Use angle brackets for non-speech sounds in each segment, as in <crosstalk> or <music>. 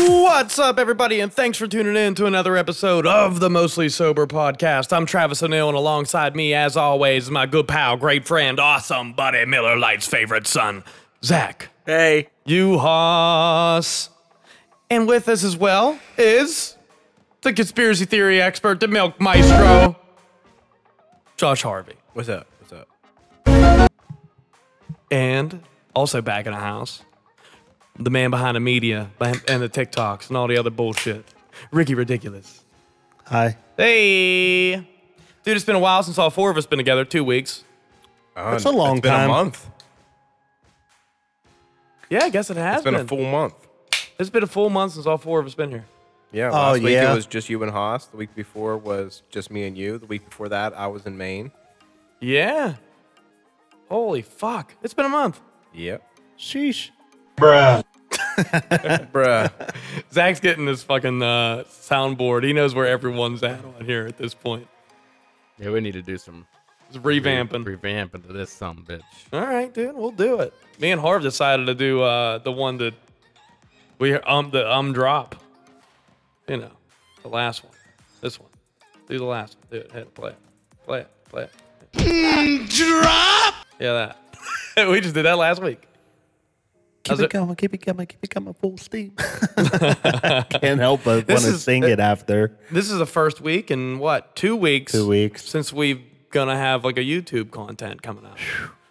What's up, everybody, and thanks for tuning in to another episode of the Mostly Sober Podcast. I'm Travis O'Neill, and alongside me, as always, my good pal, great friend, awesome buddy, Miller Lite's favorite son, Zach. Hey. You hoss. And with us as well is the conspiracy theory expert, the milk maestro, Josh Harvey. What's up? What's up? And also back in the house, the man behind the media behind- and the TikToks and all the other bullshit, Ricky Ridiculous. Hi. Hey, dude, it's been a while since all four of us been together. Two weeks. That's a long it's been time. a month. Yeah, I guess it has It's been a full month. it's been a full month since all four of us been here. Oh, Yeah. Last week yeah. it was just you and Haas. The week before was just me and you. The week before that, I was in Maine. Yeah. Holy fuck! It's been a month. Yep. Sheesh. <laughs> Bruh. Zach's getting this fucking uh, soundboard. He knows where everyone's at on here at this point. Yeah, we need to do some It's revamping. revamping to this some bitch. All right, dude, we'll do it. Me and Harv decided to do uh, the one that we um the um drop. You know, the last one. This one. Do the last one. Do it. Hit it. Play it. Play it. Play it. drop. Yeah, that. <laughs> we just did that last week. Keep How's it, it- coming, keep it coming, keep it coming full steam. <laughs> Can't help but want This to is- sing it after. This is the first week in what two weeks? Two weeks. since we've gonna have like a YouTube content coming out.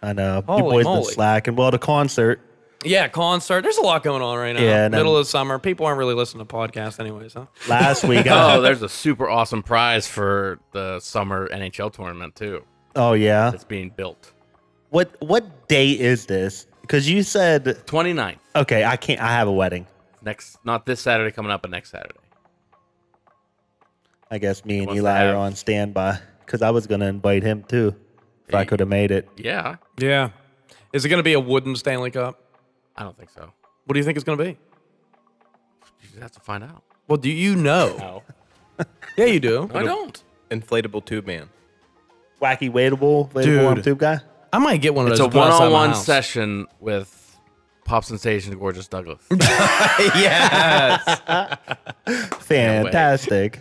I know. Holy you boys moly. been slacking. Well, the concert. yeah, concert. There's a lot going on right now. Yeah, and middle I'm- of summer. People aren't really listening to podcasts, anyways, huh? <laughs> Last week, Oh, I, there's a super awesome prize for the summer NHL tournament too. <laughs> oh yeah. That's being built. What what day is this? Because you said 29th. okay, I can't. I have a wedding. Next not this Saturday coming up, but next Saturday. I guess me and wants to Eli have- are on standby because I was gonna invite him too if I Hey. could have made it. Yeah. Yeah. Is it gonna be a wooden Stanley Cup? I don't think so. What do you think it's going to be? You just have to find out. Well, do you know? No. <laughs> yeah, you do. I don't. Inflatable tube man. Wacky waitable, Dude. waitable tube guy. I might get one of It's those. a and put one outside my on one house. session with Pop Sensation Gorgeous Douglas. yes. Fantastic.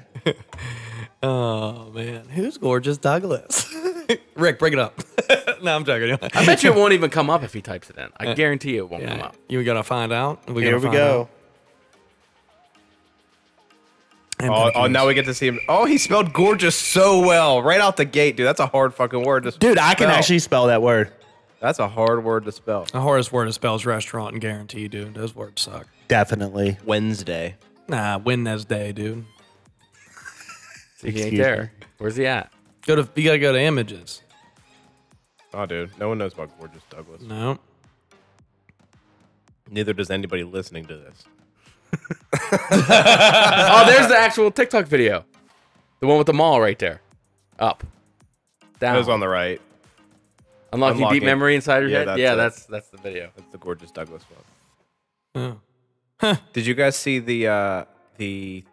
Oh man, who's gorgeous Douglas? <laughs> Rick, bring it up. <laughs> no, I'm joking. <laughs> I bet you it won't even come up if he types it in. I guarantee you it won't come Yeah, up. you gotta find out. We Here gotta find we Oh, go. out. Oh, oh, now we get to see him. Oh, he spelled gorgeous so well right out the gate, dude. That's a hard fucking word. To Dude, I can spell. actually spell that word. That's a hard word to spell. the hardest word is spells restaurant and guarantee, dude. Those words suck. Definitely. Wednesday. Nah, win this day, dude. See, he ain't Excuse there. Where's he at? Go to you gotta go to images. Oh, dude. No one knows about gorgeous Douglas. No, Neither does anybody listening to this. Oh, there's the actual TikTok video. The one with the mall right there. Up. Down. That was on the right. Unlocking Unlocking. deep memory inside your Yeah, head. that's yeah, it. that's that's the video. That's the gorgeous Douglas one. Oh. Did you guys see the uh, the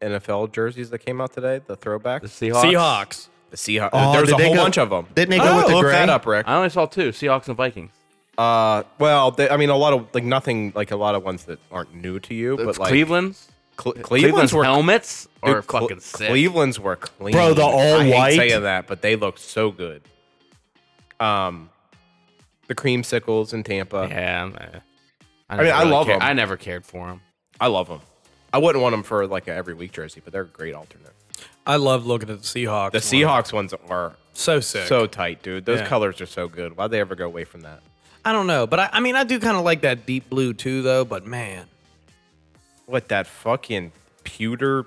NFL jerseys that came out today? The throwback, The the Seahawks. Seahawks. Seahawks. Oh, There's did a they whole go- bunch of them. didn't they go with the look gray? that up, Rick? I only saw two: Seahawks and Vikings. Uh, well, they, I mean, a lot of like nothing, like a lot of ones that aren't new to you, but It's like Cleveland's. Cle- Cleveland's, Cleveland's were helmets dude, are Cle- fucking sick. Cleveland's were clean, Bro, the all I white? Hate saying that, but they look so good. Um, the creamsicles in Tampa, Yeah. I'm, uh, I, mean, never I really love cared- 'em. I never cared for them. I love them. I wouldn't want them for like an every week jersey, but they're a great alternate. I love looking at the Seahawks. The Seahawks ones are so sick. so tight, dude. Those Yeah. colors are so good. Why'd they ever go away from that? I don't know, but I, I mean, I do kind of like that deep blue too, though. But man, What that fucking pewter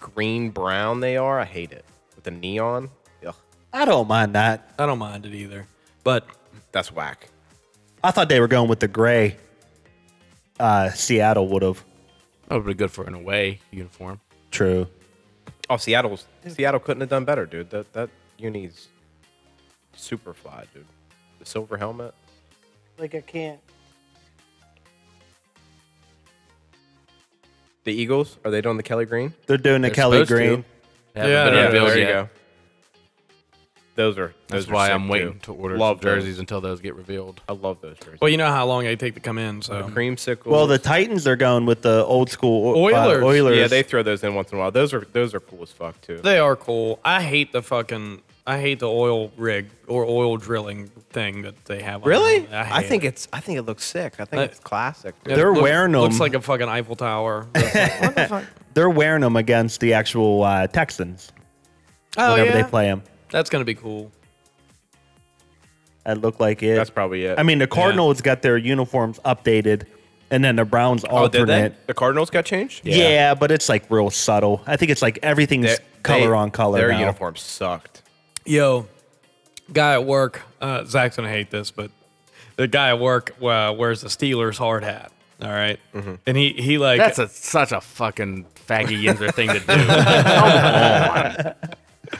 green brown they are. I hate it with the neon. Ugh, I don't mind that. I don't mind it either. But that's whack. I thought they were going with the gray. Uh, Seattle would have. That would be good for an away uniform. True. Oh, Seattle's Seattle couldn't have done better, dude. That that uni's super fly, dude. The silver helmet. Like I can't. The Eagles are they doing the Kelly Green? They're doing the They're Kelly supposed to. Green. Yeah, Haven't been yeah, revealed there you yet. go. Those are That's those are why sick, I'm waiting too. to order Love some jerseys those. until those get revealed. I love those jerseys. Well, you know how long they take to come in, so Mm-hmm. Creamsicle. Well, the Titans are going with the old school Oi- uh, Oilers. Oilers. yeah, they throw those in once in a while. Those are those are cool as fuck too. they are cool. I hate the fucking I hate the oil rig or oil drilling thing that they have. on Really? there. I, hate think it. it's I think it looks sick. I think Uh, it's classic. It dude. They're looks- wearing 'em. Looks like a fucking Eiffel Tower. they're wearing them against the actual uh, Texans oh whenever yeah, they play them. that's gonna be cool. That look like it. That's probably it. I mean, the Cardinals got their uniforms updated, and then the Browns oh, did alternate. they? The Cardinals got changed. Yeah. but it's like real subtle. I think it's like everything's They- color they- on color. Their now. uniform sucked. Yo, guy at work, uh, Zach's gonna hate this, but the guy at work uh, wears the Steelers hard hat. All right? and he he like <laughs> That's a, such a fucking faggy yinzer thing to do. Come on.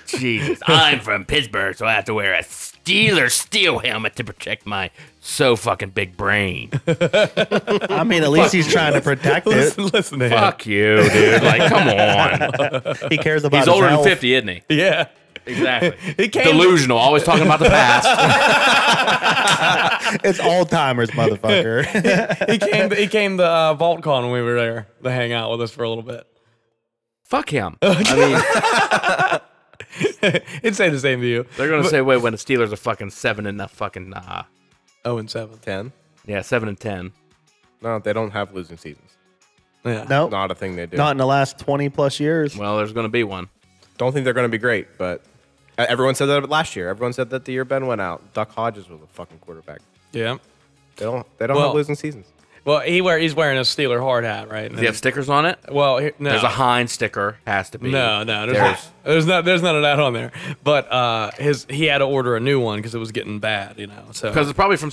Jesus, I'm from Pittsburgh, so I have to wear a Steeler steel helmet to protect my so fucking big brain. <laughs> I mean, at <laughs> least he's trying to protect it. listen, listen to him. Fuck you, dude. Like, <laughs> come on. He cares about. He's his older than health. 50, isn't he? Yeah, <laughs> Exactly. he came. Delusional, always talking about the past. It's old <laughs> timers, motherfucker. he came. He came to uh, VaultCon when we were there to hang out with us for a little bit. <laughs> Fuck him. I mean, It'd say the same to you. they're gonna say, wait, when the Steelers are fucking seven and a fucking uh, Oh, and seven. Ten. yeah, seven and ten. No, they don't have losing seasons. Yeah. no, Not a thing they do. not in the last twenty plus years. Well, there's gonna be one. Don't think they're going to be great, but uh, everyone said that last year. Everyone said that the year Ben went out, Duck Hodges was a fucking quarterback. Yeah. They don't. They don't Well- have losing seasons. Well, he wear he's wearing a Steeler hard hat, right? Does he have stickers on it? well, he, no. There's a Heinz sticker. Has to be. No, no, there's, There's- not, there's not there's none of that on there. But uh, his he had to order a new one because it was getting bad, you know. So Because it's probably from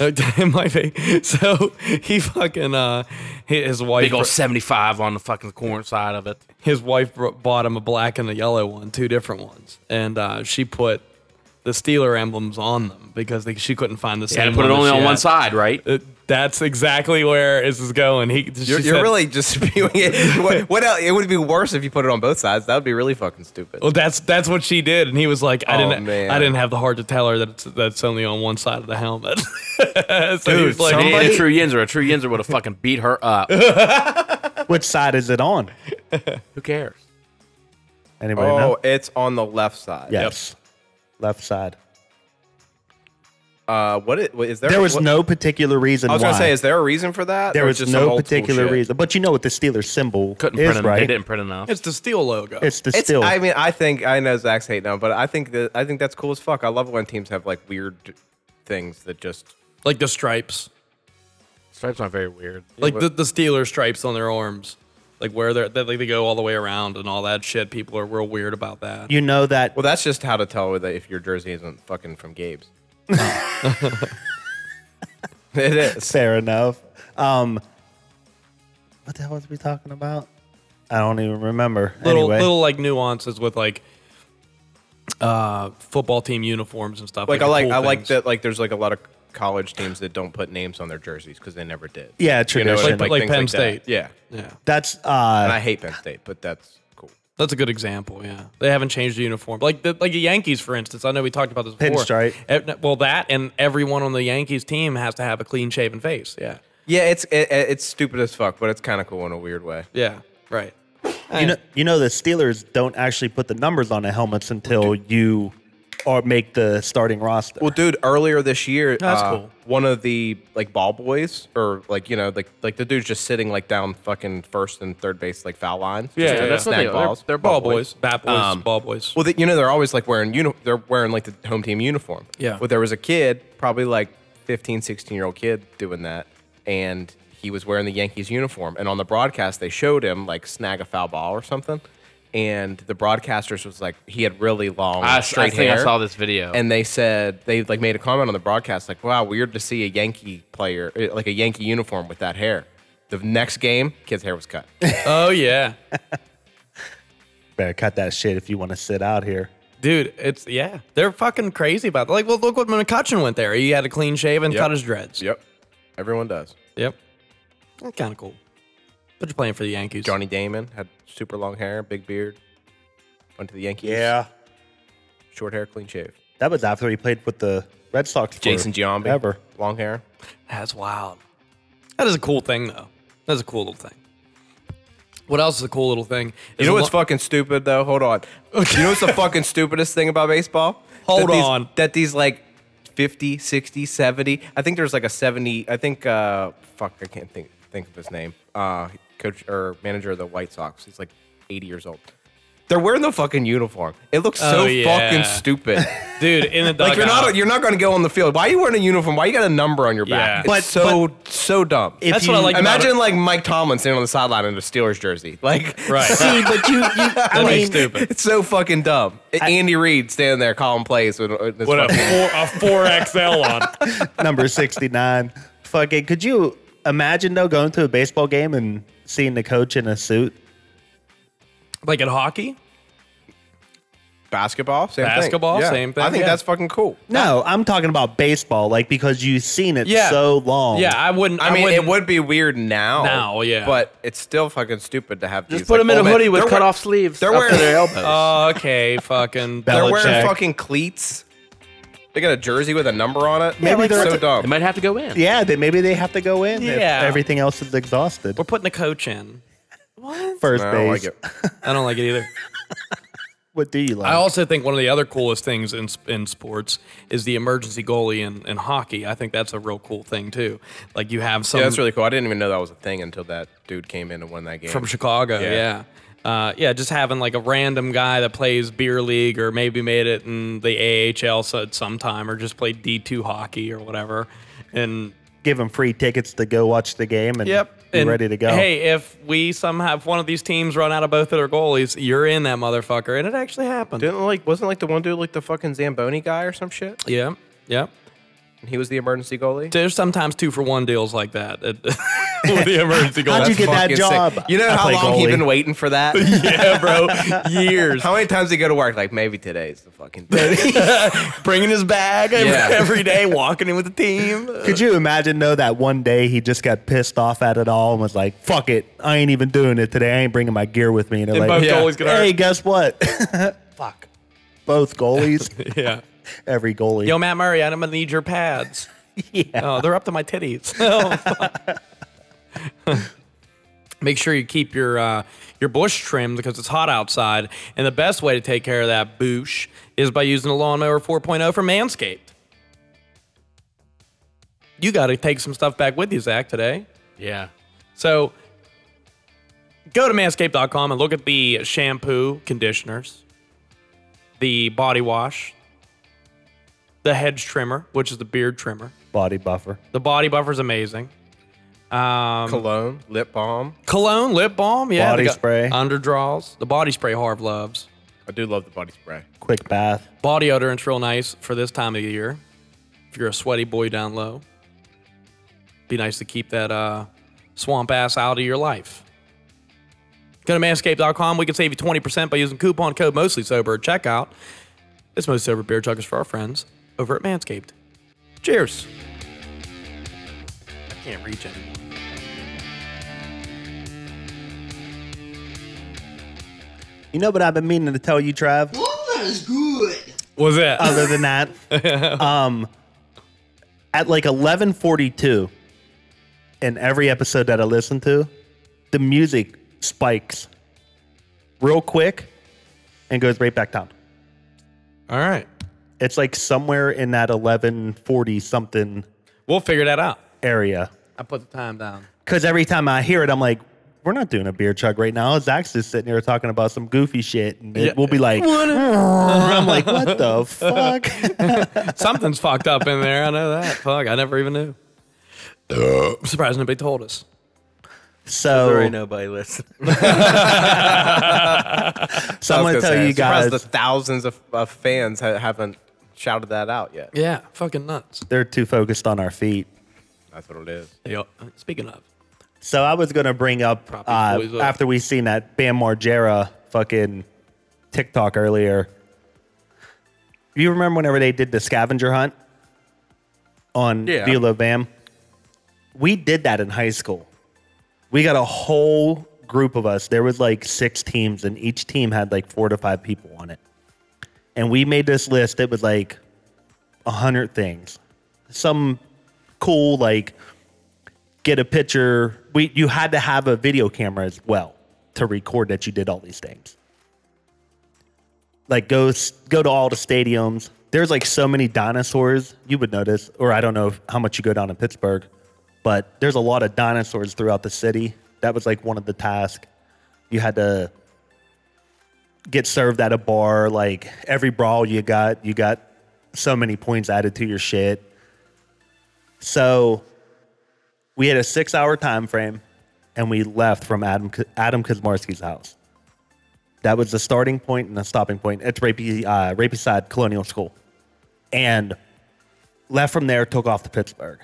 <laughs> it might be. So he fucking uh, he- his wife Big old 75 on the fucking corn side of it. his wife br- bought him a black and a yellow one, two different ones, and uh, she put the Steeler emblems on them because they, she couldn't find the Yeah, same. and put it one that only she on one had. side, right? Uh, That's exactly where this is going. He, she You're, said- you're really just <laughs> spewing it. What, what else? It would be worse if you put it on both sides. That would be really fucking stupid. Well, that's that's what she did, and he was like, "I Oh, didn't, man. I didn't have the heart to tell her that it's, that's only on one side of the helmet." <laughs> so he was like, It ain't somebody- a true Yinzer. A true Yinzer would have fucking beat her up. Which side is it on? Who cares? Anybody oh, know? it's on the left side. Yes, left side. Uh, what is, what is there? There was what- no particular reason. I was gonna why. say, is there a reason for that? there Or was just some no old school particular shit? reason. But you know what the Steelers symbol Couldn't is, print enough. right? They didn't print enough. "It's the steel logo." It's the It's, still. I mean, I think I know Zach's hate now, but I think that I think that's cool as fuck. I love when teams have like weird things that just like the stripes, Stripes aren't very weird. like the, the Steeler stripes on their arms, like where they're that like they go all the way around and all that shit. People are real weird about that. you know that Well, that's just how to tell whether if your jersey isn't fucking from <laughs> Gabe's. it is. Fair enough. Um, what the hell was we talking about? I don't even remember. little anyway, little like nuances with like uh football team uniforms and stuff. Like I the like cool I like things. that like there's like a lot of college teams that don't put names on their jerseys because they never did. yeah, You know, tradition. Like- like things Penn that. State. Yeah. Yeah, That's And uh, I hate Penn State, but that's cool. That's a good example. Yeah, they haven't changed the uniform. Like the like the Yankees, for instance. I know we talked about this before. Pinstripe. Eh, no, Well, that and everyone on the Yankees team has to have a clean shaven face. Yeah, Yeah, it's it, it- it's stupid as fuck, but it's kind of cool in a weird way. yeah, right. you know you know the Steelers don't actually put the numbers on the helmets until you or make the starting roster. Well, dude, earlier this year, That's uh, cool. One of the like ball boys, or like you know, like like the dude's just sitting like down fucking first and third base, like foul line. Yeah, just to yeah, that's what snag they are. They're- balls. they're Ball boys, bat boys, Um, ball boys. Well, they, you know, they're always like wearing uni- they're wearing like the home team uniform. Yeah. Well, there was a kid, probably like 15, 16 year old kid doing that. And he was wearing the Yankees uniform. And on the broadcast, they showed him like snag a foul ball or something. And the broadcasters was like, he had really long, I, I straight think hair. I saw this video. And they said, they like made a comment on the broadcast, like, wow, weird to see a Yankee player, eh, like a Yankee uniform with that hair. The next game, kid's hair was cut. oh yeah, better cut that shit if you want to sit out here. Dude, it's yeah. They're fucking crazy about that. Like, well, look what McCutcheon went there. He had a clean shave and Yep. cut his dreads. Yep. Everyone does. Yep. That's kind of cool. But you're playing for the Yankees. Johnny Damon had super long hair, big beard. Went to the Yankees. Short hair, clean shave. That was after he played with the Red Sox. for Jason Giambi. Ever. Long hair. That's wild. That is a cool thing, though. That's a cool little thing. What else is a cool little thing? You Is know a what's lo- fucking stupid though? Hold on. You know <laughs> what's the fucking stupidest thing about baseball? Hold that these, on. That these like 50, 60, 70. I think there's like a 70. I think uh fuck, I can't think think of his name. Uh coach or manager of the White Sox. He's like 80 years old. They're wearing the fucking uniform. It looks so Oh, yeah. fucking <laughs> stupid. dude in the dugout? like you're not you're not going to go on the field. Why are you wearing a uniform? Why you got a number on your Yeah. back? It's But- so so dumb. If That's what I you- like. about Imagine like Mike Tomlin sitting on the sideline in a Steelers jersey. Like it. right. See, but you, you <laughs> I Like mean, stupid. <laughs> It's so fucking dumb. Andy Reid standing there calling plays with, with his What a fucking- four a four XL on. <laughs> number 69. Fucking, could you imagine though going to a baseball game and seeing the coach in a suit? <laughs> Like in hockey. basketball. Same Basketball, thing. Yeah. same thing, I think yeah. that's fucking cool. No, I'm talking about baseball, like because you've seen it Yeah. so long. Yeah, I wouldn't. Oh. I, mean, it wouldn't- would be weird now. Now, yeah. But it's still fucking stupid to have. Just these, put like, them in old a men- hoodie with they're cut wear- off sleeves They're up to wearing- their elbows. Oh, okay, fucking. <laughs> They're Belichick. wearing fucking cleats. They got a jersey with a number on it. Maybe Maybe they're- they're so dumb. they might have to go in. Yeah, then maybe they have to go in if Yeah. everything else is exhausted. We're putting the coach in. First I don't base. like it. I don't like it either. What do you like? I also think one of the other coolest things in in sports is the emergency goalie in, in hockey. I think that's a real cool thing too. Like you have some Yeah, that's really cool. I didn't even know that was a thing until that dude came in and won that game. from Chicago. Yeah. Yeah. Uh, yeah, just having like a random guy that plays beer league or maybe made it in the AHL so- at some time or just played D2 hockey or whatever. And give them free tickets to go watch the game and be and ready to go. Hey, if we somehow, if one of these teams run out of both of their goalies, you're in that motherfucker. And it actually happened. Didn't like wasn't like the one dude like the fucking Zamboni guy or some shit? Yeah. Yeah. And he was the emergency <laughs> goalie. There's sometimes two for one deals like that. It- <laughs> with the emergency goal. How'd you get that Fucking sick. job? You know I how play long he's goalie. been waiting for <laughs> that? yeah, bro. Years. How many times do you go to work? Like maybe today's the <laughs> fucking day. Bringing his bag every- Yeah. every day, walking in with the <laughs> team. Could you imagine though that one day he just got pissed off at it all and was like, "Fuck it, I ain't even doing it today. I ain't bringing my gear with me." And they're like, both "Hey, goalies get hurt. guess what? <laughs> Fuck, <laughs> both goalies, Yeah. every goalie. Yo, Matt Murray, I'm gonna need your pads. Oh, they're up to my titties. <laughs> Oh, fuck. Make sure you keep your uh, your bush trimmed because it's hot outside, and the best way to take care of that bush is by using a lawnmower 4.0 from Manscaped. You got to take some stuff back with you, Zach, today. Yeah. So go to manscaped.com and look at the shampoo, conditioners, the body wash, the hedge trimmer, which is the beard trimmer. Body buffer. The body buffer is amazing. Um, Cologne, lip balm. Cologne, lip balm, yeah. Body they got spray. Underdraws. The body spray Harv loves. I do love the body spray. Quick bath. Body odorant's real nice for this time of the year. If you're a sweaty boy down low, be nice to keep that uh, swamp ass out of your life. Go to manscaped.com. We can save you 20% by using coupon code mostly sober at checkout. It's most sober beer chuggers for our friends over at Manscaped. Cheers. I can't reach anymore. You know what I've been meaning to tell you, Trav. Was that? other <laughs> than that um at like 11:42 in every episode that I listen to the music spikes real quick and goes right back down All right. it's like somewhere in that 11:40 something We'll figure that out. area I put the time down. cuz every time I hear it I'm like we're not doing a beer chug right now. Zach's just sitting here talking about some goofy shit, and it will be like, I'm like, <laughs> what the fuck? Something's fucked up in there. I know that. Fuck. I never even knew. I'm surprised nobody told us. So nobody listen. So I'm I gonna was tell say, I'm you guys surprised the thousands of, of fans ha- haven't shouted that out yet. Yeah, fucking nuts. they're too focused on our feet. That's what it is. Yo, speaking of, So I was gonna bring up Proppy uh, boys up. after we seen that Bam Margera fucking TikTok earlier. You remember whenever they did the scavenger hunt on Yeah. Vila Bam? We did that in high school. We got a whole group of us. There was like six teams, and each team had like four to five people on it. And we made this list. It was like a hundred things. Some cool like get a picture. We you had to have a video camera as well to record that you did all these things. Like go s- go to all the stadiums. There's like so many dinosaurs. You would notice, or I don't know if- how much you go down in Pittsburgh, but there's a lot of dinosaurs throughout the city. That was like one of the tasks. You had to get served at a bar. Like every brawl you got, you got so many points added to your shit. So we had a six hour time frame and we left from Adam, Adam Kazmarski's house. That was the starting point and the stopping point. It's right, be, uh, right beside Colonial School. And left from there, took off to Pittsburgh.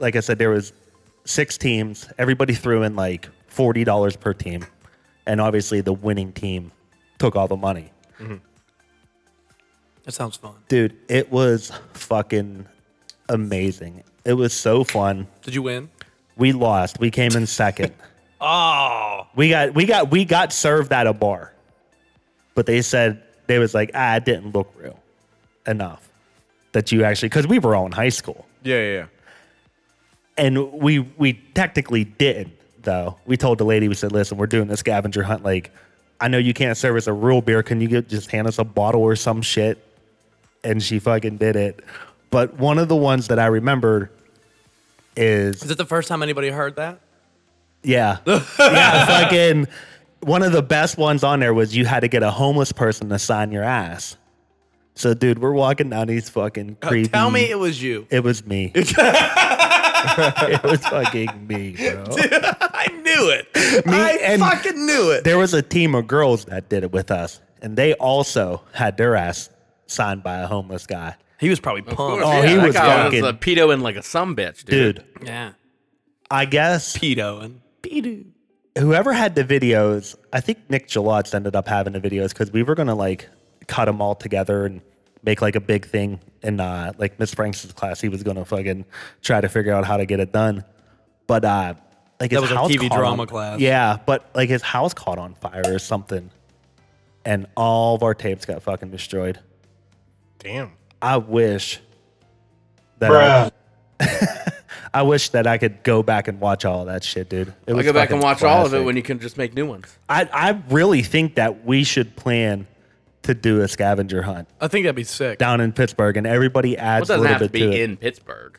Like I said, there was six teams. Everybody threw in like $40 per team. And obviously the winning team took all the money. That sounds fun. Dude, it was fucking amazing. It was so fun. Did you win? We lost. We came in second. oh. We got we got we got served at a bar. But they said they was like, ah, it didn't look real enough that you actually because we were all in high school. Yeah, yeah, yeah. And we we technically didn't though. We told the lady, we said, listen, we're doing this scavenger hunt. Like, I know you can't serve us a real beer. Can you get, just hand us a bottle or some shit? And she fucking did it. But one of the ones that I remember is Is it the first time anybody heard that? <laughs> Yeah. yeah, fucking one of the best ones on there was you had to get a homeless person to sign your ass. So dude, we're walking down these fucking creepy Uh, Tell me it was you. it was <laughs> me. <laughs> it was fucking me, bro. <laughs> I knew it. I and- fucking knew it. There was a team of girls that did it with us, and they also had their ass signed by a homeless guy. He was probably pumped. Oh, he that was guy fucking- was a pedo and like a some bitch, dude. Dude, yeah. I guess Oh, Pedo and pedo. whoever had the videos, I think Nick Gillots ended up having the videos because we were gonna like cut them all together and make like a big thing. And uh, like Miss Franks' class, he was gonna fucking try to figure out how to get it done. But uh, like his was a house TV caught drama on- class. Yeah, but like his house caught on fire or something, and all of our tapes got fucking destroyed. Damn. I wish that. I, <laughs> I wish that I could go back and watch all that shit, dude. It I'll was go back and fucking watch all of it classic. when you can just make new ones. I, I really think that we should plan to do a scavenger hunt I think that'd be sick. down in Pittsburgh, and everybody Well, it adds a doesn't little have to bit to be it. in Pittsburgh.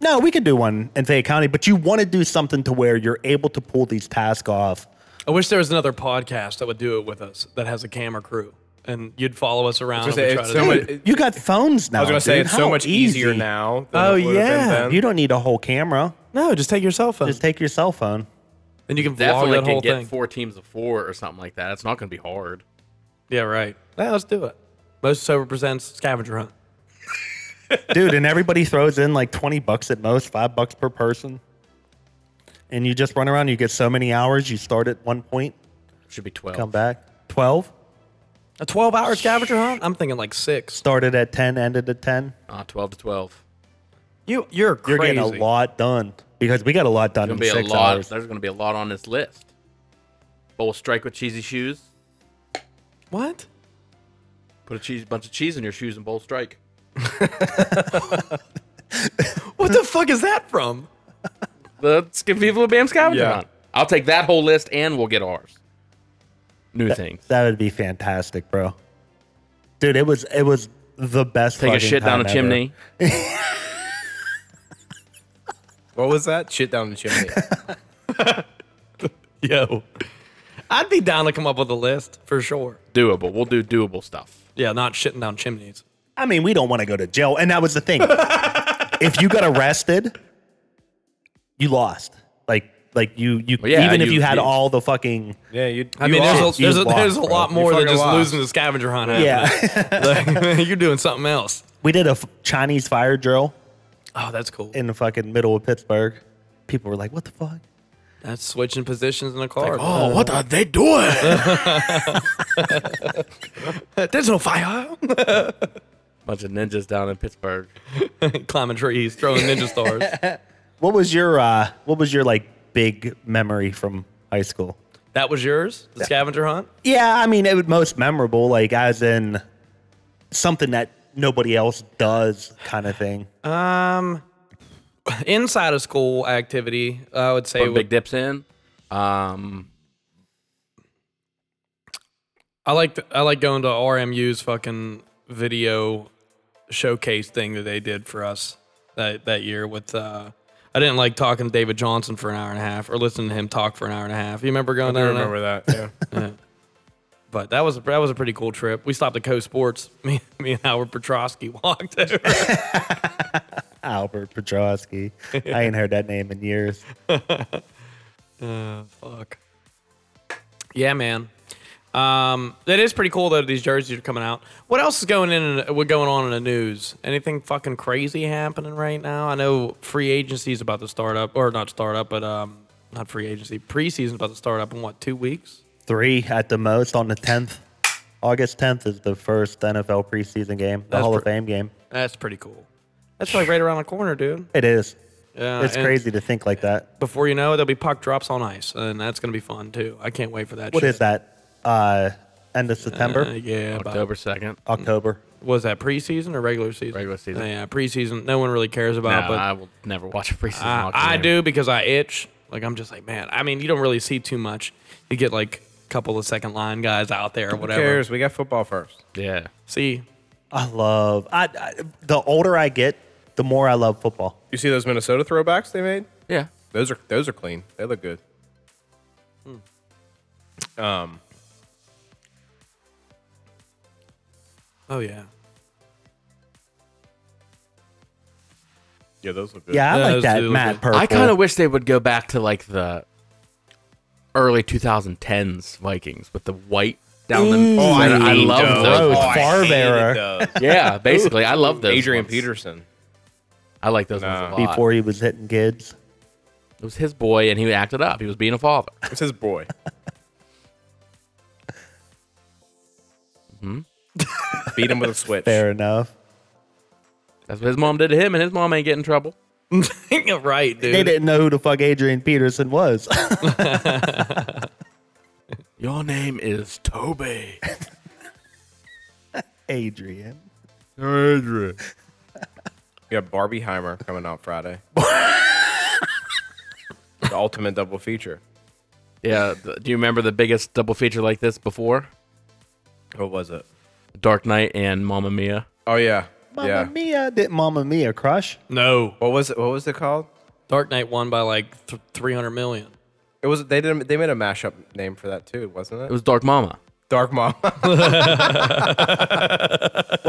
no, we could do one in Fayette County, but you want to do something to where you're able to pull these tasks off. I wish there was another podcast that would do it with us that has a camera crew and you'd follow us around. was and we'd gonna say, try to it's so do much- it. Dude, you got phones now. I was gonna say dude. it's How so much easier easy. now. Than Oh it would've been yeah. then. You don't need a whole camera. No, just take your cell phone Just take your cell phone. and you can vlog Definitely that can whole get thing. four teams of four or something like that. It's not going to be hard. yeah, right. Yeah, let's do it. Most sober presents scavenger hunt. Dude, and everybody throws in like 20 bucks at most, five bucks per person. And you just run around, you get so many hours, you start at one point, should be twelve. come back. 12, A 12 hour scavenger hunt? I'm thinking like six. started at 10, ended at 10. Ah, twelve to twelve. You, you're crazy. You're getting a lot done because we got a lot done Gonna in be a six lot. hours. There's going to be a lot on this list. Bowl strike with cheesy shoes. What? Put a cheese, bunch of cheese in your shoes and bowl strike. What the fuck is that <laughs> from? Let's give people a Bam Scavenger Yeah. Hunt. I'll take that whole list and we'll get ours. New things. That would be fantastic, bro. Dude, it was it was the best. Take a fucking shit down a time ever. chimney. What was that? Shit down the chimney. Yo. I'd be down to come up with a list for sure. Doable. We'll do doable stuff. Yeah, not shitting down chimneys. I mean, we don't want to go to jail, and that was <laughs> the thing. if you got arrested, you lost. Like like you you yeah, even if you- you had you- all the fucking yeah, you. I mean, there's a, lost. there's, You a, there's a lost, lot bro. more You than fucking just lost. losing the scavenger hunt. yeah. <laughs> Like, <laughs> you're doing something else. <laughs> we did a f- Chinese fire drill Oh, that's cool. in the fucking middle of Pittsburgh. People were like, "What the fuck?" That's switching positions in the car. Oh, what are they doing? <laughs> There's no fire. <laughs> Bunch of ninjas down in Pittsburgh. <laughs> Climbing trees, throwing ninja stars. <laughs> What was your uh, what was your like big memory from high school? That was yours, the scavenger hunt. Yeah, I mean, it was most memorable, like as in something that nobody else does, kind of thing. Inside of school activity, I would say. Put would- big dips in. Um, I like I like going to RMU's fucking video showcase thing that they did for us that that year with. Uh, I didn't like talking to David Johnson for an hour and a half or listening to him talk for an hour and a half. You remember going I there? and remember that. Yeah. <laughs> But that was that was a pretty cool trip. We stopped at Co Sports. <laughs> Me, me and Howard Petrosky walked over. Albert Petrosky. I ain't heard that name in years. Fuck. Yeah, man. Um, that is pretty cool though. These jerseys are coming out. What else is going in? What going on in the news? Anything fucking crazy happening right now? I know free agency is about to start up, or not start up, but um, not free agency. Preseason about to start up in what two weeks? Three at the most on the 10th. August 10th is the first NFL preseason game, the That's Hall of pre- Fame game. That's pretty cool. That's like right around the corner, dude. It is. Yeah, <sighs> It's Uh, and crazy to think like that. Before you know it, there'll be puck drops on ice, and that's gonna be fun too. I can't wait for that. What shit. is Oh, that? Uh, end of Uh, September, yeah, about- October 2nd. October. was that preseason or regular season? Regular season. Yeah, preseason. No one really cares No, about, but Uh, I will never watch a preseason. I, hockey I game. do because I itch. Like I'm just like, man. I mean, you don't really see too much. You get like a couple of second line guys out there or Who whatever. cares? We got football first. Yeah. See, I love. I, I the older I get, the more I love football. You see those Minnesota throwbacks they made? Yeah. Those are those are clean. They look good. Um, oh yeah, yeah, those look good. Yeah, Yeah, I it like was- it that was Matt good. Purple. I kind of wish they would go back to like the early 2010s Vikings with the white down the. Oh, I, I hated love those. those. <laughs> Oh, I hated Yeah, basically, I love those. Adrian <laughs> ones. Peterson. I like those ones a lot. before he was hitting kids. It was his boy, and he acted up. He was being a father. It's his boy. Hmm? <laughs> Beat him with a switch. Fair enough. That's what his mom did to him, and his mom ain't get in trouble. You're <laughs> right, They dude. didn't know who the fuck Adrian Peterson was. <laughs> Your name is Toby. Adrian. We got Barbie Heimer coming out Friday. the ultimate double feature. yeah. th- do you remember the biggest double feature like this before? What was it? Dark Knight and Mamma Mia. Oh yeah, Mamma yeah. Mia. Did Mamma Mia crush? No, What was it? What was it called? Dark Knight won by like th- 300 <laughs> million. It was they did they made a mashup name for that too, wasn't it? It was Dark Mama. Dark Mom. Well,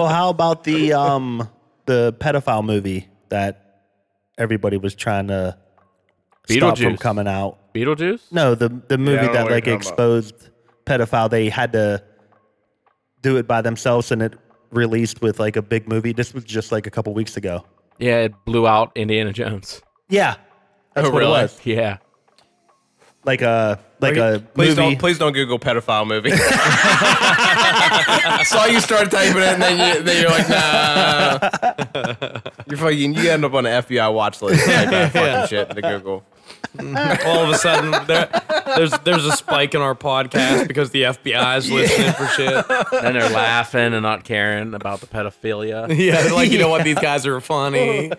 how about <laughs> the um the pedophile movie that everybody was trying to stop from Beetlejuice. coming out? Beetlejuice. No, the the I movie don't know that what you're like talking about. exposed pedophile. They had to do it by themselves, and it released with like a big movie. This was just like a couple weeks ago. Yeah, it blew out Indiana Jones. <laughs> Yeah, Oh, that's what it was. Yeah. Like a like a <laughs> please movie. don't please don't Google pedophile <laughs> movie. I saw you start typing it, and then, you, then you're like, nah. You're fucking. You end up on an FBI watch list. Type that fucking shit to Google. All of a sudden, there, there's there's a spike in our podcast because the FBI's listening for shit. and they're laughing and not caring about <laughs> the pedophilia. <laughs> Yeah, they're like you know what? These guys are funny.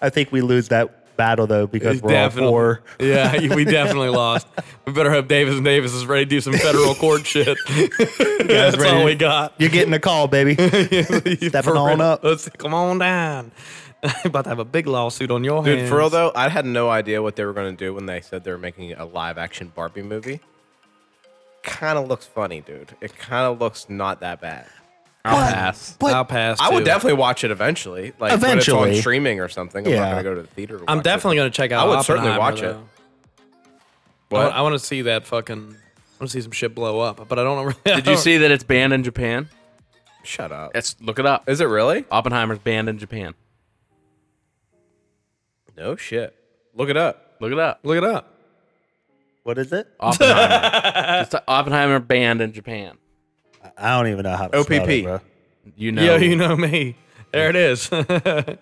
I think we lose that battle though because we're Definitely. all four. <laughs> Yeah, we definitely lost. We better hope Davis and Davis is ready to do some federal court <laughs> shit. That's ready all to- we got. <laughs> You're getting a call, baby. Stepping For on real. up. Let's come on down. <laughs> about to have a big lawsuit on your Dude, hands. for real though, I had no idea what they were gonna do when they said they were making a live action Barbie movie. Kind of looks funny, dude. It kind of looks not that bad. I'll pass. I'll But pass. I would too. definitely watch it eventually. Like when it's Eventually. on streaming or something. I'm not Yeah. gonna go to the theater. to I'm watch definitely It. gonna check out. I would certainly Oppenheimer, Oh, watch it. though. I, What? want, I want to see that fucking. I want to see some shit blow up, but I don't know. <laughs> Really, Did you see that it's banned in Japan? Shut up. Let's look it up. Is it really? Oppenheimer's banned in Japan. No shit. Look it up. Look it up. Look it up. What is it? <laughs> Oppenheimer. it's the Oppenheimer band in Japan. I don't even know how to spell OPP. it, bro. You know. Yo, you know me. There it is. <laughs> this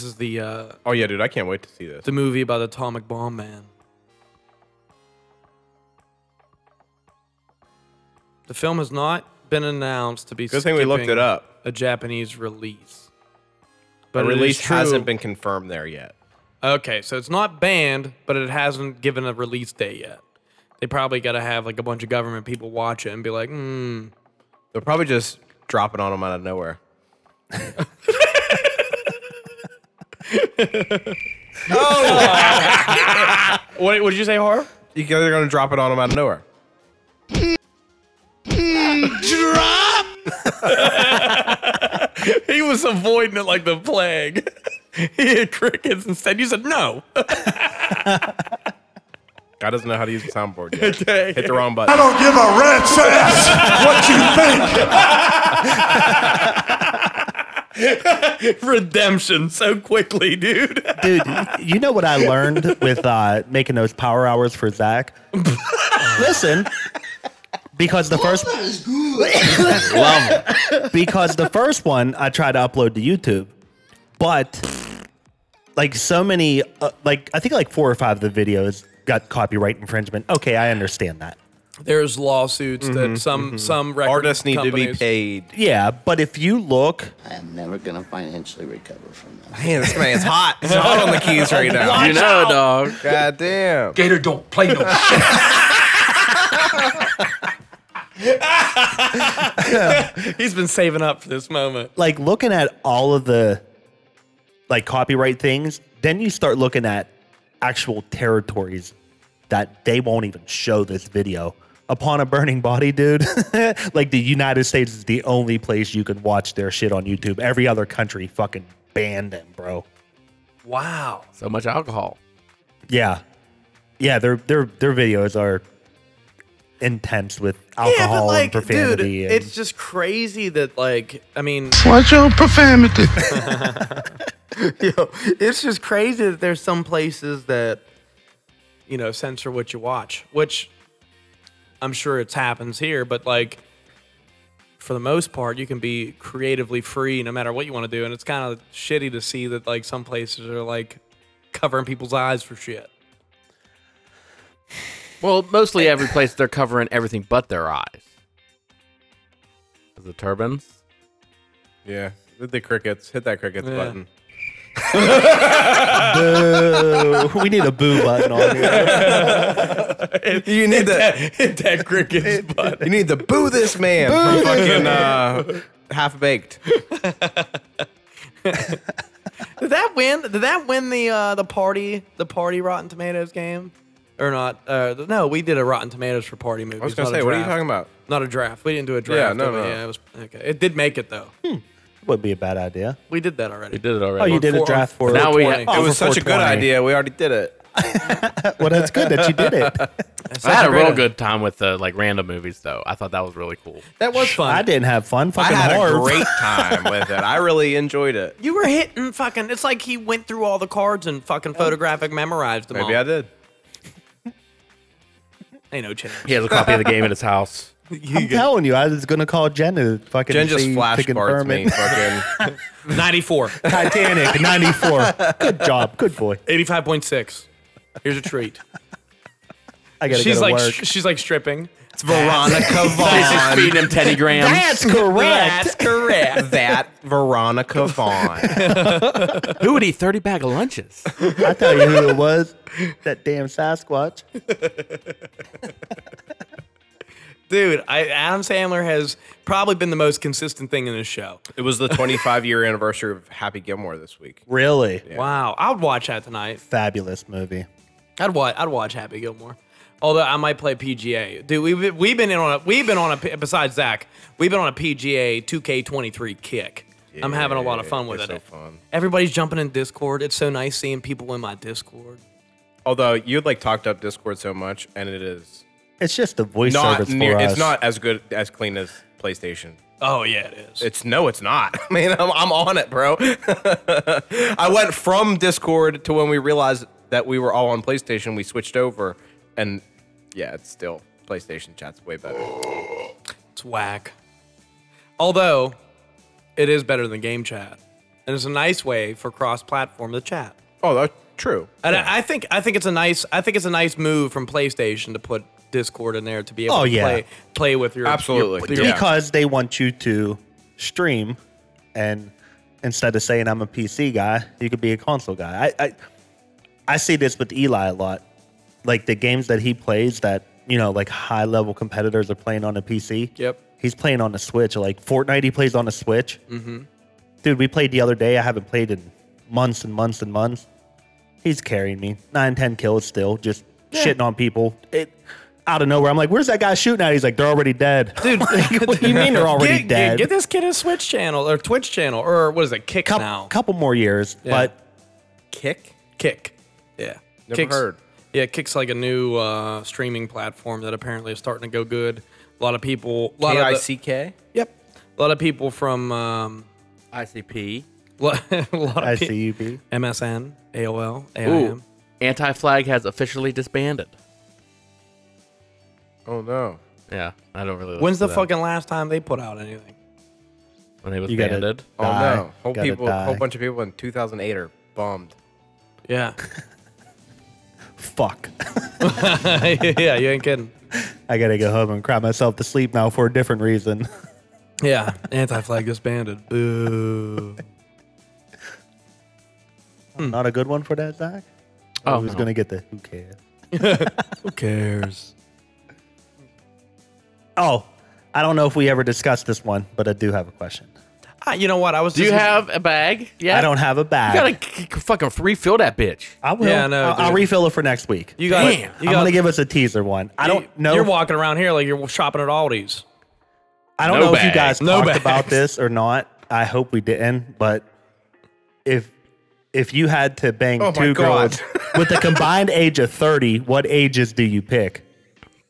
is the uh, Oh yeah, dude, I can't wait to see this. the movie about the atomic bomb man. The film has not been announced to be. Good thing we looked skipping it up. A Japanese release. But it is release true- hasn't been confirmed there yet. Okay, so it's not banned, but it hasn't given a release date yet. They probably got to have like a bunch of government people watch it and be like, hmm. They're probably just dropping on them out of nowhere. <laughs> Oh! <laughs> What, what did you say, horror? You guys are gonna drop it on them out of nowhere. He was avoiding it like the plague. <laughs> he had crickets instead. You said no. <laughs> God doesn't know how to use the soundboard yet. Hit the wrong button. don't give a rat's ass what you think. Redemption so quickly, dude. Dude, you know what I learned with uh, making those power hours <laughs> for Zach? Listen, because the first <laughs> because the first one I tried to upload to YouTube, but like so many, uh, like I think like four or five of the videos got copyright infringement. Okay, I understand that. <laughs> There's lawsuits that some some record Artists need to be companies- paid. Yeah, but if you look, I am never going to financially recover from that. <laughs> Man, this man's hot. He's hot on the keys <laughs> right now. You know, dog. God damn. Gator don't play no shit. He's been saving up for this moment. like looking at all of the like copyright things, then you start looking at actual territories that they won't even show this video. Upon a burning body, dude. <laughs> like the United States is the only place you can watch their shit on YouTube. Every other country fucking banned them, bro. Wow. So much alcohol. Yeah. Yeah, their their their videos are intense with alcohol and profanity. and it's just crazy that like I mean, Watch your profanity. yo, <laughs> it's just crazy that there's some places that you know censor what you watch, which I'm sure it happens here, but like for the most part, you can be creatively free no matter what you want to do, and it's kind of shitty to see that like some places are like covering people's eyes for shit. Well, mostly every place they're covering everything but their eyes. The turbans. Yeah. Hit the crickets. Hit that crickets button. Boo. <laughs> we need a boo button on here. You need the Hit that cricket's butt. you need the boo this man from fucking uh, half baked. Did that win? Did that win the uh, the party the party Rotten Tomatoes game or not? Uh, th- no, we did a Rotten Tomatoes for party movies. I was gonna not a say, what are you draft. talking about? Not a draft. We didn't do a draft. no, did we? no. Yeah, it was okay. It did make it though. Would be a bad idea. We did that already. We did it already. Oh, you did a Four- draft for Now we ha- 420. It Oh, was for such a good 420. idea. We already did it. Well, that's good that you <laughs> did it. Oh, I had a great real idea. good time with the like random movies though. I thought that was really cool. That was fun. I didn't have fun. I Fucking had a hard. great time with it. I really enjoyed it. You were hitting fucking. It's like he went through all the cards and fucking photographic memorized them Maybe all. I did. Ain't no chance. He has a copy of the <laughs> game at his house. I'm telling <laughs> you, I was gonna call Jen to fucking Jen just see- flash to farts confirm me. it. Fucking Ninety <laughs> four. <laughs> Titanic '94. Good job, good boy. Eighty five point six. Here's a <laughs> treat. I gotta she's go to like work. sh- she's like stripping. it's Veronica He's just Vaughn. feeding him Teddy Grahams. That's correct. correct. That Veronica Vaughn. Who would eat thirty bag of lunches? <laughs> I tell you who it was. That damn Sasquatch. Dude, I, Adam Sandler has probably been the most consistent thing in this show. It was the 25 year anniversary of Happy Gilmore this week. Really Wow, I would watch that tonight. fabulous movie. I'd watch. I'd watch Happy Gilmore. Although I might play PGA, dude. We've been, we've been in on a we've been on a p- besides Zach, we've been on a PGA 2K23 kick. I'm having a lot of fun with it. it's so fun. Everybody's jumping in Discord. It's so nice seeing people in my Discord. Although you'd like talked up Discord so much, and it is It's just the voice not service near, for us. it's not as good as clean as PlayStation. Oh yeah, it is. It's no, it's not. <laughs> I mean, I'm, I'm on it, bro. <laughs> I went from Discord to when we realized that we were all on PlayStation. We switched over, and yeah, it's still PlayStation chat's way better. It's whack. Although, it is better than game chat, and it's a nice way for cross-platform to chat. Oh, that's true. And I, I think I think it's a nice I think it's a nice move from PlayStation to put Discord in there to be able Oh, to yeah. play play with your your- Absolutely. your- Yeah. because they want you to stream and instead of saying i'm a pc guy you could be a console guy i i, I see this with eli a lot like the games that he plays that you know like high level competitors are playing on a pc Yep. he's playing on the switch like fortnite he plays on the switch mm-hmm. dude we played the other day i haven't played in months and months and months he's carrying me nine ten kills still just shitting on people it out of nowhere i'm like where's that guy shooting at he's like they're already dead <laughs> dude what do you mean they're already Get, dead get, get this kid a Switch channel or Twitch channel or what is it? Kick Coup- now. couple more years Yeah. but Kick. Kick. Yeah. Never heard. Yeah, Kick's like a new uh, streaming platform that apparently is starting to go good. A lot of people. A lot K of I the- C K. Yep. A lot of people from um, <laughs> ICP. lo- a lot of i pe- see you b MSN, AOL, AIM. Ooh. Anti flag has officially disbanded. Oh no. Yeah. I don't really When's the listen to them. fucking last time they put out anything? when it was You gotta- banded? Oh Die. no. Whole Gotta people, die. whole bunch of people in 2008 are bummed. Yeah. <laughs> fuck <laughs> yeah, you ain't kidding. i gotta go home and cry myself to sleep now for a different reason <laughs> Yeah, anti flag disbanded. Boo. not a good one for that zach Oh, i was no. gonna get the who cares Who cares? oh i don't know if we ever discussed this one but i do have a question Ah, you know what? I was. Do you just- have a bag? Yeah. i don't have a You bag gotta k- k- fucking refill that bitch. I will. Yeah, I know, I'll, I'll dude. refill it for next week. You got. Damn. You I'm got. gonna give us a teaser one. I don't know. You're if- walking around here like you're shopping at Aldi's. I don't No know if you bags. guys No talked bags. about this or not. I hope we didn't. But if if you had to bang Oh two my God. girls <laughs> with a combined age of 30, what ages do you pick?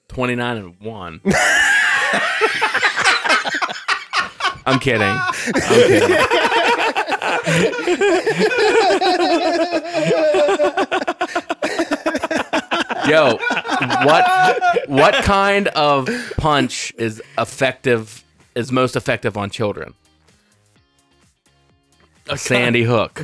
29 and 1. I'm kidding. I'm kidding. Yo, what what kind of punch is effective is most effective on children? A sandy hook.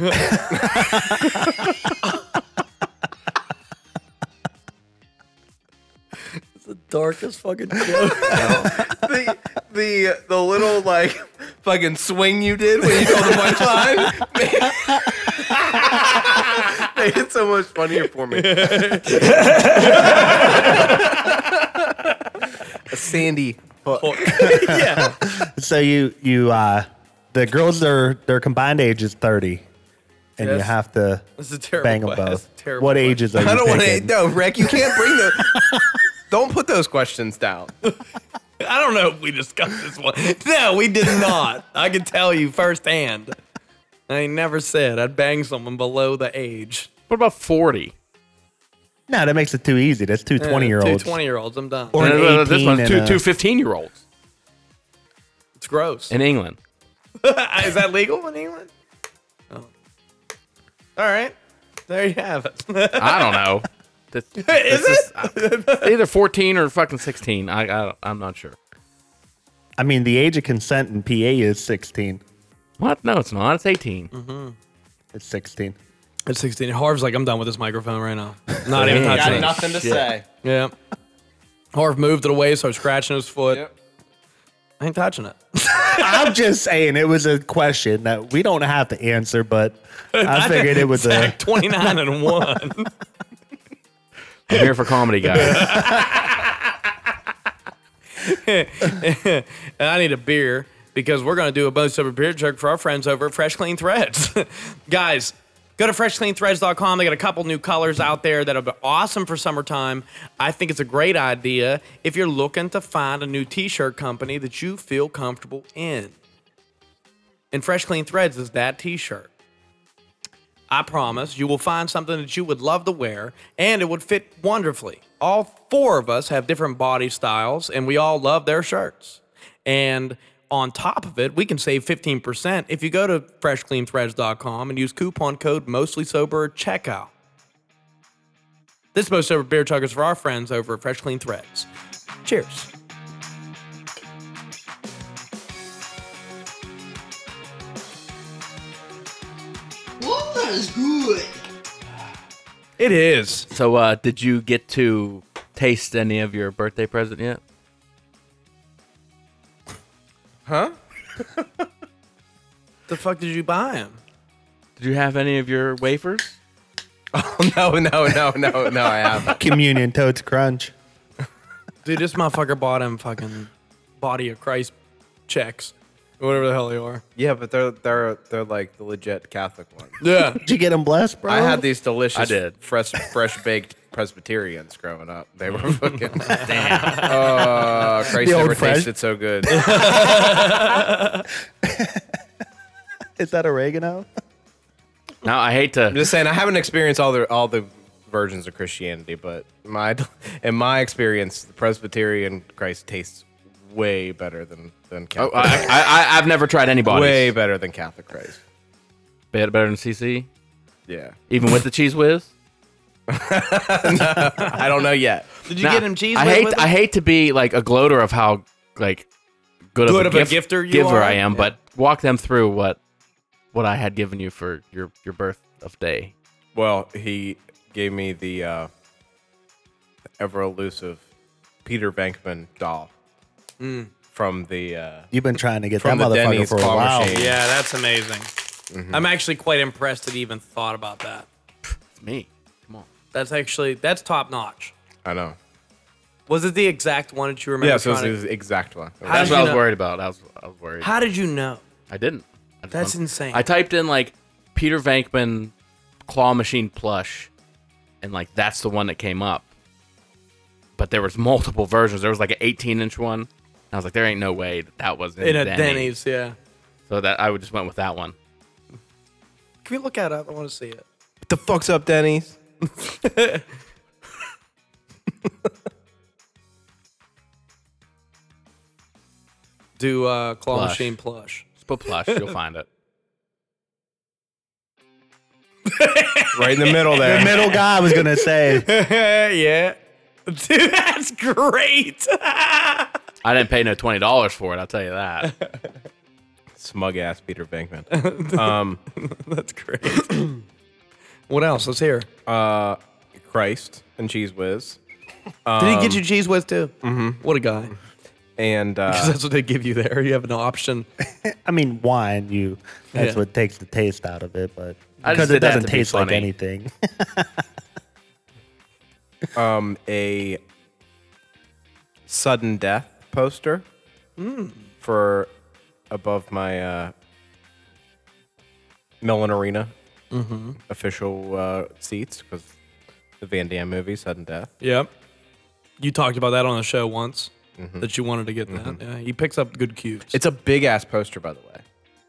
Darkest fucking <laughs> joke. the the the little like fucking swing you did when you told him one time <laughs> made it so much funnier for <laughs> me. A sandy hook. So you you uh the girls their their combined age is 30, and you Yes. have to This is a terrible. bang them question. This is a both. terrible What question. ages are you? I don't want to. picking? No, Rick, you can't bring the. Don't put those questions down. <laughs> I don't know if we discussed this one. No, we did not. I can tell you firsthand. I never said I'd bang someone below the age. What about 40? No, that makes it too easy. That's two 20 year olds. Two 20 year olds. I'm done. Or an No, no, no, <laughs> this 18 one's and two a- two 15 year olds it's gross. in England. Is that legal in England? Oh. All right. There you have it. <laughs> I don't know. <laughs> This, Is is- uh, either 14 or fucking 16. I, I I'm not sure. I mean, the age of consent in PA is 16. What? No, it's not. It's 18. It's 16. At 16, Harv's like, I'm done with this microphone right now. Not even Got touching it. nothing to say. Yeah. Harv moved it away, started scratching his foot. Yep. I ain't touching it. I'm just saying it was a question that we don't have to <laughs> answer, but I figured <laughs> it was a. 29 and <laughs> <laughs> 1. I'm here for comedy, <laughs> guys. and I need a beer because we're going to do a bonus sober beer jug for our friends over at Fresh Clean Threads. <laughs> Guys, go to freshcleanthreads.com. They got a couple new colors out there that'll be awesome for summertime. I think it's a great idea if you're looking to find a new t shirt company that you feel comfortable in. And Fresh Clean Threads is that t shirt. I promise you will find something that you would love to wear and it would fit wonderfully. All four of us have different body styles and we all love their shirts. And on top of it, we can save 15% if you go to freshcleanthreads.com and use coupon code mostly sober at checkout. This is Most Sober Beer Chuggers for our friends over at Fresh Clean Threads. Cheers. Whoa, that is good. It is. So, uh, did you get to taste any of your birthday present yet? The fuck did you buy him? Did you have any of your wafers? no, no, no, no, no, I haven't. Communion totes crunch. Dude, this motherfucker bought him fucking body of Christ checks. Or whatever the hell they are. Yeah, but they're they're they're like the legit Catholic ones. Yeah. Did you get them blessed, bro? I had these delicious, I did. fresh, fresh baked Presbyterians growing up. They Mm. were fucking <laughs> damn. <laughs> Oh, Christ The old never fresh- tasted so good. Is that oregano? No, I hate to. I'm just saying, I haven't experienced all the all the versions of Christianity, but my in my experience, the Presbyterian Christ tastes way better than than Oh, Catholic. I, I, I, I've never tried anybody's. way better than Catholic Christ. better, better than CC, Yeah, even with the cheese whiz. I don't know yet. Did you Nah, get him cheese? I with- hate with I hate to be like a gloater of how like good, Good of, a, of a gift- gifter you giver are? I am, but walk them through what what I had given you for your your birth of day. Well, he gave me the uh, ever elusive Peter Venkman doll from the uh, You've been trying to get From that the motherfucker Denny's for a claw while. machine. Yeah, that's amazing. I'm actually quite impressed that he even thought about that. It's me. Come on. That's actually that's top notch. I know. Was it the exact one that you remember? Yeah, so it's trying to- the exact one. How That's did you what I was know- worried about. I was I was worried. How did you know? I didn't. I just That's wanted- insane. I typed in like Peter Venkman claw machine plush, and like that's the one that came up. But there was multiple versions. There was like an 18 inch one. And I was like, there ain't no way that that was in, In a Denny's. Denny's, yeah. So that I would just went with that one. Can we look that up? I want to see it. What the fuck's up, Denny's? Do uh, claw Plush. machine plush. Just put plush, you'll find it. Right in the middle The <laughs> there. middle guy <laughs> was gonna say yeah. <laughs> Dude, that's great. <laughs> I didn't pay no twenty dollars for it. I'll tell you that. Smug ass Peter Venkman. Um, that's great. <clears throat> what else? Let's hear. Christ and Cheese Whiz. Did he get you cheese whiz too? Mm-hmm. What a guy. And <laughs> Because uh, that's what they give you there. You have an option. I mean wine, you that's Yeah. what takes the taste out of it, but I just because it did that doesn't to be taste like funny. anything. <laughs> a sudden death poster for above my uh, Millen Arena official uh, seats because the Van Damme movie, Sudden Death. Yep. You talked about that on the show once that you wanted to get that. Yeah, he picks up good cues. It's a big ass poster, by the way.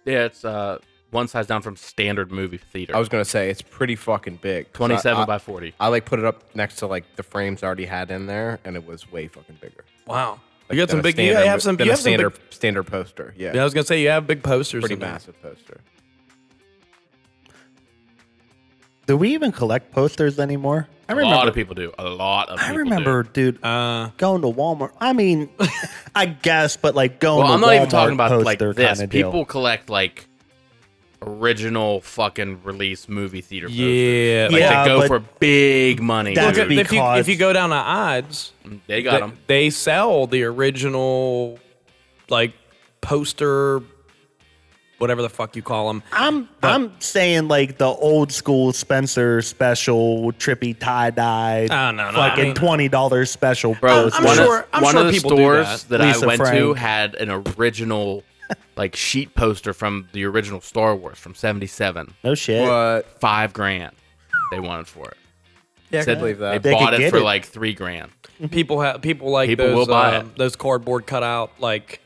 yeah, it's uh, one size down from standard movie theater. I was gonna say it's pretty fucking big. 'cause I- twenty-seven I- by forty. I like put it up next to like the frames I already had in there, and it was way fucking bigger. wow. Like, you got than some a big. You standard- have some. than You a have some standard big. standard poster. Yeah, Yeah, I was gonna say you have big posters. pretty in there. massive poster. Do we even collect posters anymore? I a lot remember of people do. A lot of. I people do. Uh, remember, dude, going to Walmart. I <laughs> mean, I guess, but like going Well, to I'm not Walmart even talking about like poster this. kinda People deal. collect like original fucking release movie theater. posters. Yeah. Like, Yeah, they go but- for big money. That's dude. big. If you if Because- you go down to odds, They got they, them. they sell the original, like poster, whatever the fuck you call them. I'm I'm saying like the old school Spencer special trippy tie dye Oh, no, no, I fucking mean- twenty dollars special Bro, poster. I'm one sure- of, I'm one sure of the people do stores that, I Lisa went to Frank. had an original like sheet poster from the original Star Wars from '77. no shit. But Five grand they wanted for it. yeah, I Said can believe that. They, They bought could it get for it. like three grand. People have people like People those will buy um, it. those cardboard cutout like.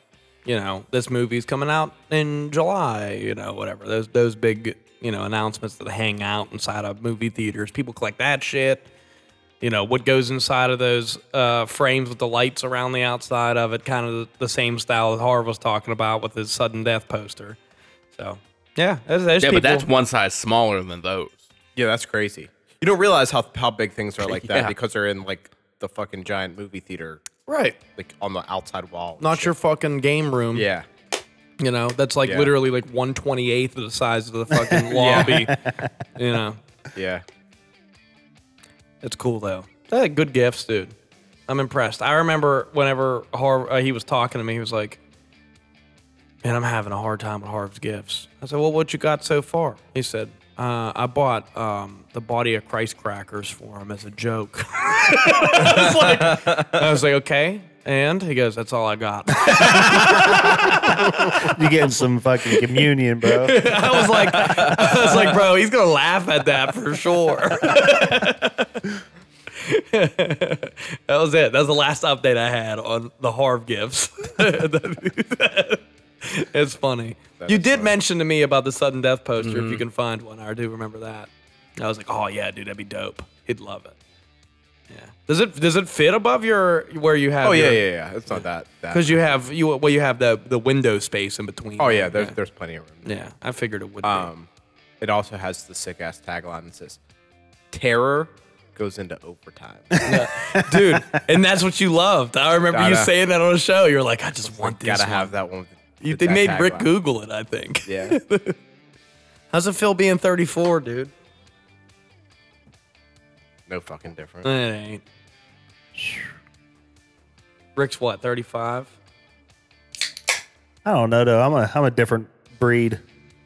You know, this movie's coming out in July. You know, whatever those those big you know announcements that hang out inside of movie theaters. People collect that shit. you know what goes inside of those uh, frames with the lights around the outside of it, kind of the same style that Harv was talking about with his sudden death poster. So yeah, there's, there's Yeah, people. but that's one size smaller than those. Yeah, that's crazy. You don't realize how how big <laughs> things are like that Yeah. because they're in like the fucking giant movie theater, right. like on the outside wall. and Not shit. your fucking game room. Yeah, You know, that's like Yeah. literally like one twenty eighth of the size of the fucking lobby. You know, yeah. it's cool though. They had good gifts, dude. I'm impressed. I remember whenever Harv uh, he was talking to me, he was like, "Man, I'm having a hard time with Harv's gifts." I said, "Well, what you got so far?" He said, uh, "I bought um, the body of Christ crackers for him as a joke." <laughs> I, was like, I was like, "Okay," and he goes, "That's all I got." You getting <laughs> some fucking communion, bro? I was like, I was like, bro, he's gonna laugh at that for sure. <laughs> that was it. That was the last update I had on the Harv gifts. <laughs> it's funny. you did mention to me about the sudden death poster. If Mm-hmm. you can find one, I do remember that. I was like, oh yeah, dude, that'd be dope. He'd love it. Yeah. Does it does it fit above your where you have? Oh yeah, yeah, yeah. It's not that. that. Because you have you well you have the the window space in between. Oh yeah, there's yeah. there's plenty of room. Yeah, I figured it would. be. Um, it also has the sick ass tagline that says, "Terror goes into <laughs> overtime." dude. And that's what you loved. I remember you Gotta- saying that on a show. You're like, I just want this. Gotta one. have that one. with the- You, with they that made Rick tagline. Google it. I think. <laughs> Yeah. How's it feel being 34, dude? No fucking different. It ain't. Rick's what? 35. I don't know though. I'm a I'm a different breed.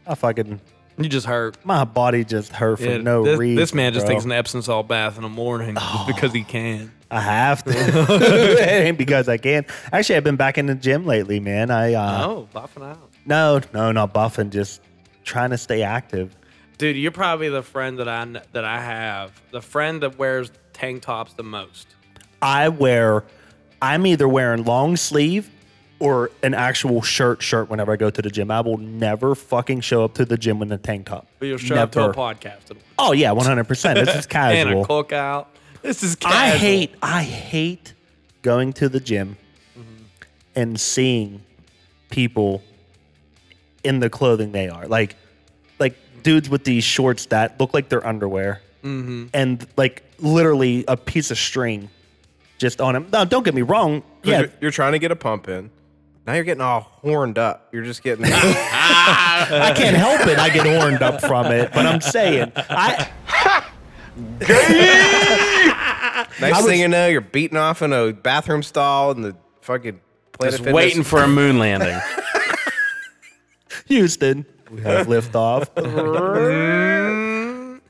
I fucking You just hurt. my body just hurt for no this, reason. this man just bro. takes an Epsom salt bath in the morning just because he can. I have to. <laughs> it ain't because I can. Actually, I've been back in the gym lately, man. I uh, Oh, buffing out. no, no, not buffing. Just trying to stay active. Dude, you're probably the friend that I kn- that I have. The friend that wears tank tops the most. I wear, I'm either wearing long sleeve or an actual shirt shirt whenever I go to the gym. I will never fucking show up to the gym with a tank top. But you'll show up to a Never. podcast and- Oh yeah, 100. percent <laughs> This is and a casual. cookout. This is casual. I hate I hate going to the gym and seeing people in the clothing they are. Like like dudes with these shorts that look like their underwear and like literally a piece of string just on them. Now don't get me wrong. 'Cause Yeah. You're, you're trying to get a pump in. Now you're getting all horned up. You're <laughs> just getting. <laughs> I can't help it. I get horned up from it. But I'm saying I Next was- thing you know, you're beating off in a bathroom stall in the fucking Planet Just Fitness. waiting for a moon landing. <laughs> Houston, we have liftoff.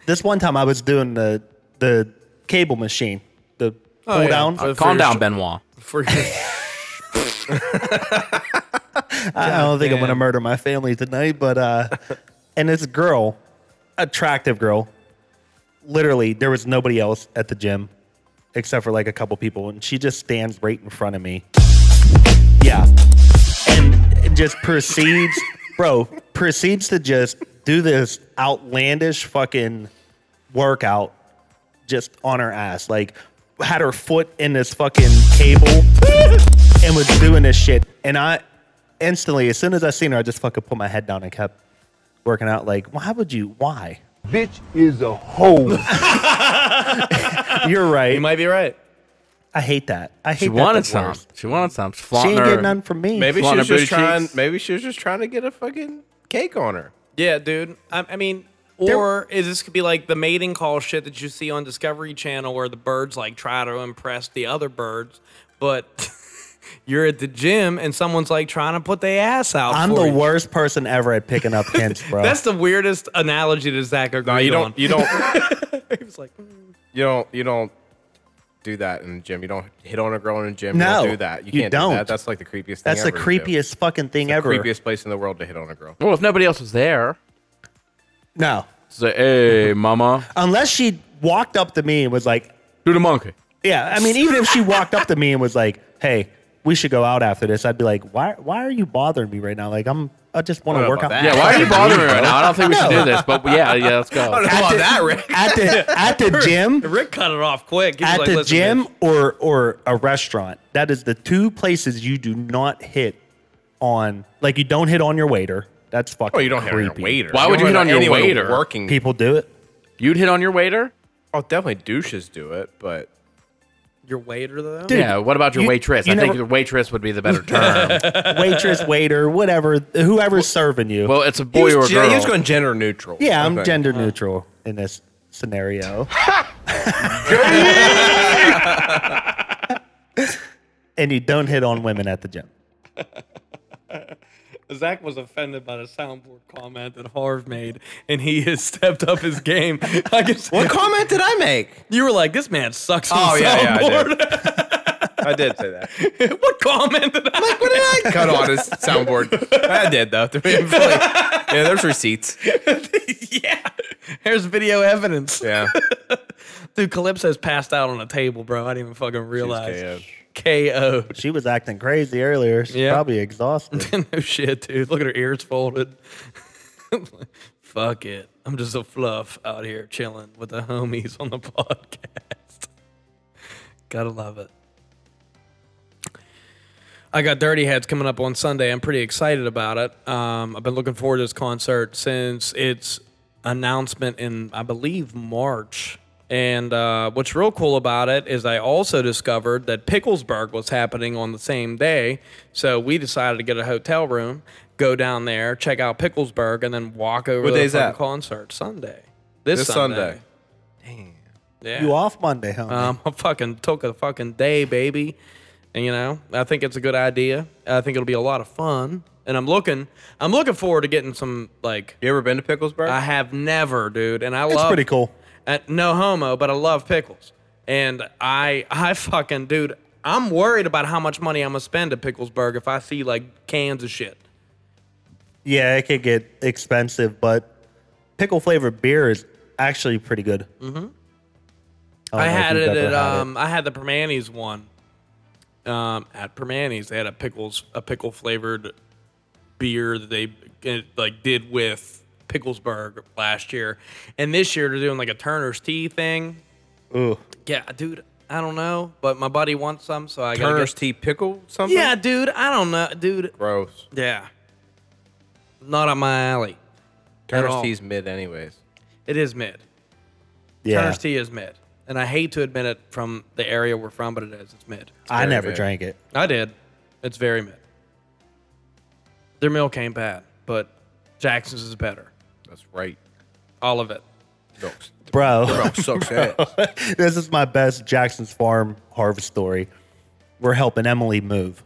<laughs> this one time I was doing the the cable machine, the pull yeah. down. Uh, Calm For your- down, Benoit. for I don't think I'm gonna murder my family tonight, but uh, and this girl, attractive girl, literally there was nobody else at the gym except for like a couple people, and she just stands right in front of me. Yeah, and just proceeds, bro, proceeds to just do this outlandish fucking workout just on her ass, like had her foot in this fucking cable and was doing this shit, and I instantly, as soon as I seen her, I just fucking put my head down and kept working out. Like, why would you? Why? Bitch is a hoe. <laughs> You're You right. might be right. I hate that. I hate She that wanted the some. worst. She wanted some. She's She flaunting ain't her. getting none from me. Maybe she Flaunting was her just booty trying. cheeks. Maybe she was just trying to get a fucking cake on her. Yeah, dude. I, I mean, or is this could be like the mating call shit that you see on Discovery Channel where the birds like try to impress the other birds, but <laughs> you're at the gym and someone's like trying to put their ass out. I'm for the you. worst person ever at <laughs> picking up hints, bro. That's the weirdest analogy that Zach agreed No, you on. don't. You don't. <laughs> <laughs> he was like, "Mm." You don't. You don't do that in the gym. You don't hit on a girl in a gym. you No, don't do that. You, you can't do don't. that. That's like the creepiest. That's thing the ever to do. creepiest fucking thing The ever. creepiest place in the world to hit on a girl. Well, if nobody else was there, No, say, <laughs> "Hey, mama, unless she walked up to me and was like, do the monkey." "Yeah." I mean, even if she walked up to me and was like, "Hey, we should go out after this," I'd be like, "Why? Why are you bothering me right now? Like, I'm I just want to work out. about Yeah, why are you bothering right now? I don't think we should do this, but yeah, yeah, <laughs> let's go. How about that, Rick? at the at <laughs> the gym, Rick cut it off quick. He was at like, the "Listen, gym, bitch." or or a restaurant. That is the two places you do not hit on. Like you don't hit on your waiter. That's fucking. Oh, you don't have creepy. your waiter. Why would don't you hit let on your anyone waiter? Working people. People do it. You'd hit on your waiter? Oh, definitely douches do it, but your waiter though. yeah, what about your you- waitress? you I think never- your waitress would be the <laughs> better term. Waitress, waiter, whatever, whoever's serving you. well, Oh, it's a boy or a He was girl. gen- He was going gender neutral. yeah, I'm Okay. gender neutral in this <laughs> scenario. <laughs> and you don't hit on women at the gym. Zach was offended by the soundboard comment that Harv made, and he <laughs> has stepped up his game. <laughs> I guess What comment did I make? you were like, "This man sucks." On Oh, yeah, yeah, I soundboard. I did say <laughs> that. what comment did I? What did I cut on his soundboard? I did though. To be fully- yeah, there's receipts. <laughs> yeah, here's video evidence. Yeah, Dude, Calypso's passed out on a table, bro. I didn't even fucking realize. KO. She was acting crazy earlier. She's Yeah. probably <laughs> exhausted. <laughs> no shit, dude. Look at her ears folded. <laughs> Fuck it. I'm just a fluff out here chilling with the homies on the <laughs> podcast. Gotta love it. I got Dirty Heads coming up on Sunday. I'm pretty excited about it. Um, I've been looking forward to this concert since its announcement in, I believe, March. And uh, what's real cool about it is I also discovered that Picklesburg was happening on the same day. So we decided to get a hotel room, go down there, check out Picklesburg, and then walk over What to the day's fucking that? concert Sunday. This, this Sunday. Yeah. You off Monday, huh? Uh, Um, <laughs> I fucking took a fucking day, baby. And you know, I think it's a good idea. I think it'll be a lot of fun. And I'm looking, I'm looking forward to getting some like. You ever been to Picklesburg? I have never, dude, and I it's love. pretty cool. Uh, no homo, but I love pickles, and I, <laughs> I fucking, dude, I'm worried about how much money I'm gonna spend at Picklesburg if I see like cans of shit. Yeah, it could get expensive, but pickle flavored beer is actually pretty good. Mm-hmm. I had it at um, I had the Permanis one. Um, at Permanis, they had a pickles a pickle flavored beer that they uh, like did with Picklesburg last year, and this year they're doing like a Turner's Tea thing. Ooh. Yeah, dude, I don't know, but my buddy wants some, so I got Turner's tea pickle something. Yeah, dude, I don't know, dude. gross. Yeah, not on my alley. Turner's all. tea's mid anyways. It is mid. Yeah, Turner's Tea is mid, and I hate to admit it from the area we're from, but it is. It's mid. I very never big. drank it. I did. It's very mid. Their milk ain't bad, but Jackson's is better. That's right. All of it. Sucks. Bro, Bro, sucks ass. <laughs> this is my best Jackson's Farm harvest story. We're helping Emily move.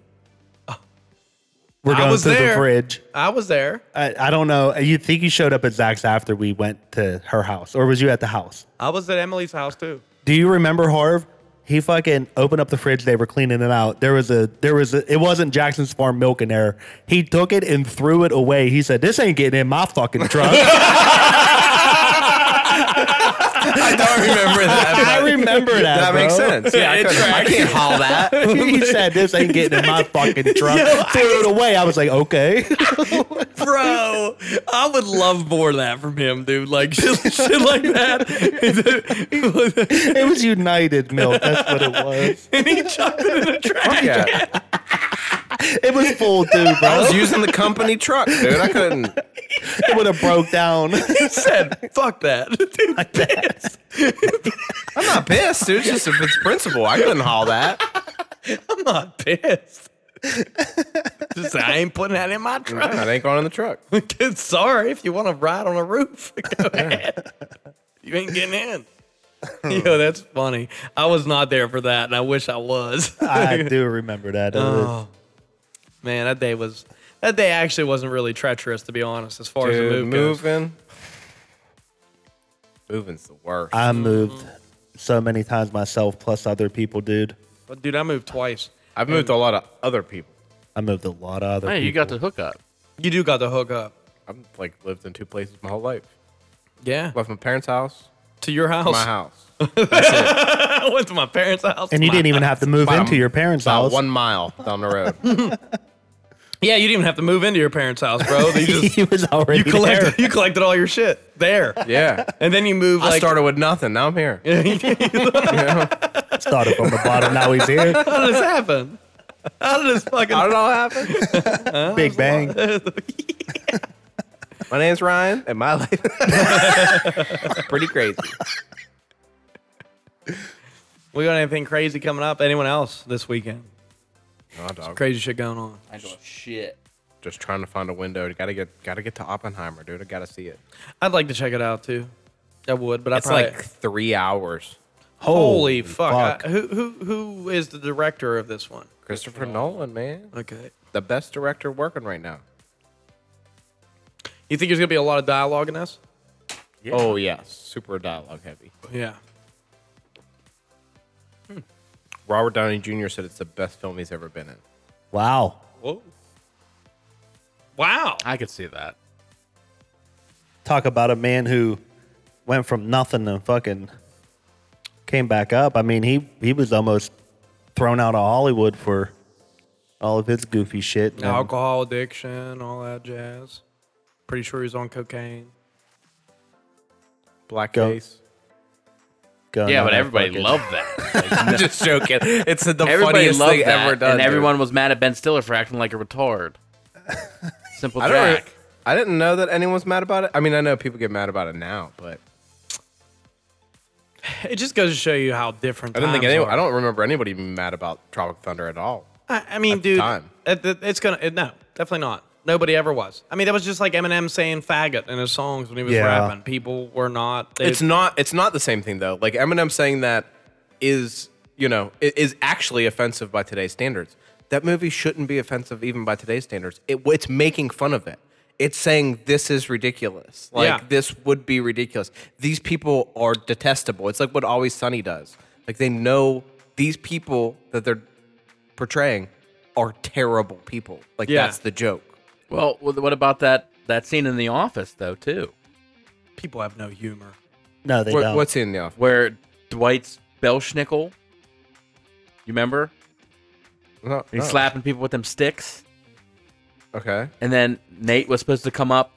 We're I going was through there. the fridge. I was there. I, I don't know. You think you showed up at Zach's after we went to her house, or was you at the house? I was at Emily's house too. Do you remember Harv? He fucking opened up the fridge. They were cleaning it out. There was a, there was a, it wasn't Jackson's Farm milk in there. He took it and threw it away. He said, "This ain't getting in my fucking <laughs> truck." I don't remember that. I remember that. That bro. makes sense. Yeah, I, couldn't- I can't haul that. <laughs> he said, "This ain't getting in <laughs> my fucking truck." threw it away. I was like, "Okay." <laughs> <laughs> Bro, I would love more of that from him, dude. Like <laughs> shit, shit like that. it was United milk. That's what it was. <laughs> and he chucked it in the trash. Yeah, It was full too, I bro. was using the company truck, dude. I couldn't. It would have broke down. <laughs> He said, "Fuck that." <laughs> Dude, I'm not pissed, dude. It's just if it's principle. I couldn't haul that. I'm not pissed. <laughs> Just I ain't putting that in my <laughs> truck. It ain't going in the truck. Good, Sorry, if you want to ride on a roof, <laughs> go ahead. You ain't getting in. <laughs> Yo, that's funny. I was not there for that, and I wish I was. I do remember that. It oh, was- man, that day was that day actually wasn't really treacherous, to be honest. As far as the Dude, move goes. moving. Moving's the worst. I moved so many times myself, plus other people, dude. But dude, I moved twice. I've moved to a lot of other people. I moved a lot of other. Hey, you people. got the hookup. You do got the hook up, I've like lived in two places my whole life. yeah, Left my parents' house, to your house. my <laughs> house, <laughs> I went to my parents' house, and you My- didn't even have to move About- <laughs> into your parents' about <laughs> house. one mile down the road. Yeah, you didn't even have to move into your parents' house, bro. <laughs> They just, he was already you collected there. you collected all your shit there, Yeah. and then you move. I Like, started with nothing. Now I'm <laughs> here. Started from the bottom. Now <laughs> he's here. How did this happen? How did this fucking? How did it all happen? Big bang. My name's Ryan, and my <laughs> life pretty crazy. <laughs> We got anything crazy coming up? Anyone else this weekend? No, dog. Crazy shit going on. I know shit. Just trying to find a window. Gotta get, gotta get to Oppenheimer, dude. I gotta see it. I'd like to check it out too. I would, but I It's probably like three hours. holy fuck. fuck. I- who who who is the director of this one? Christopher Nolan, man, Okay. the best director working right now. You think there's gonna be a lot of dialogue in this? Oh yeah, super dialogue heavy. Yeah. Robert Downey Jr. said it's the best film he's ever been in. Wow. Wow. I could see that. Talk about a man who went from nothing and fucking came back up. I mean, he he was almost thrown out of Hollywood for all of his goofy shit. And Alcohol addiction, all that jazz. Pretty sure he's on cocaine. Blackface. going Yeah, out but of everybody fucking- loved <laughs> that. Like, I'm just joking. It's the everybody funniest loved thing that, ever done. and dude. everyone was mad at Ben Stiller for acting like a <laughs> retard. Simple I don't. Jack. Really, I didn't know that anyone's mad about it. I mean, I know people get mad about it now, but It just goes to show you how different. I didn't think times anyone. are. I don't remember anybody being mad about Tropic Thunder at all. I, I mean, at the dude, time. it- it- it's gonna it, no, definitely not. Nobody ever was. I mean, that was just like Eminem saying "faggot" in his songs when he was Yeah. rapping. People were not. They, It's not. It's not the same thing though. Like Eminem saying that is you know i- is actually offensive by today's standards. That movie shouldn't be offensive even by today's standards. It, it's making fun of it. It's saying this is ridiculous. Like Yeah. this would be ridiculous. These people are detestable. It's like what Always Sunny does. Like they know these people that they're portraying are terrible people. Like Yeah. that's the joke. Well, wh- what about that that scene in The Office though too, people have no humor. No, they What- don't. what's in the office? where Dwight's Belschnickel, you remember, No, he's no. slapping people with them sticks, Okay. and then Nate was supposed to come up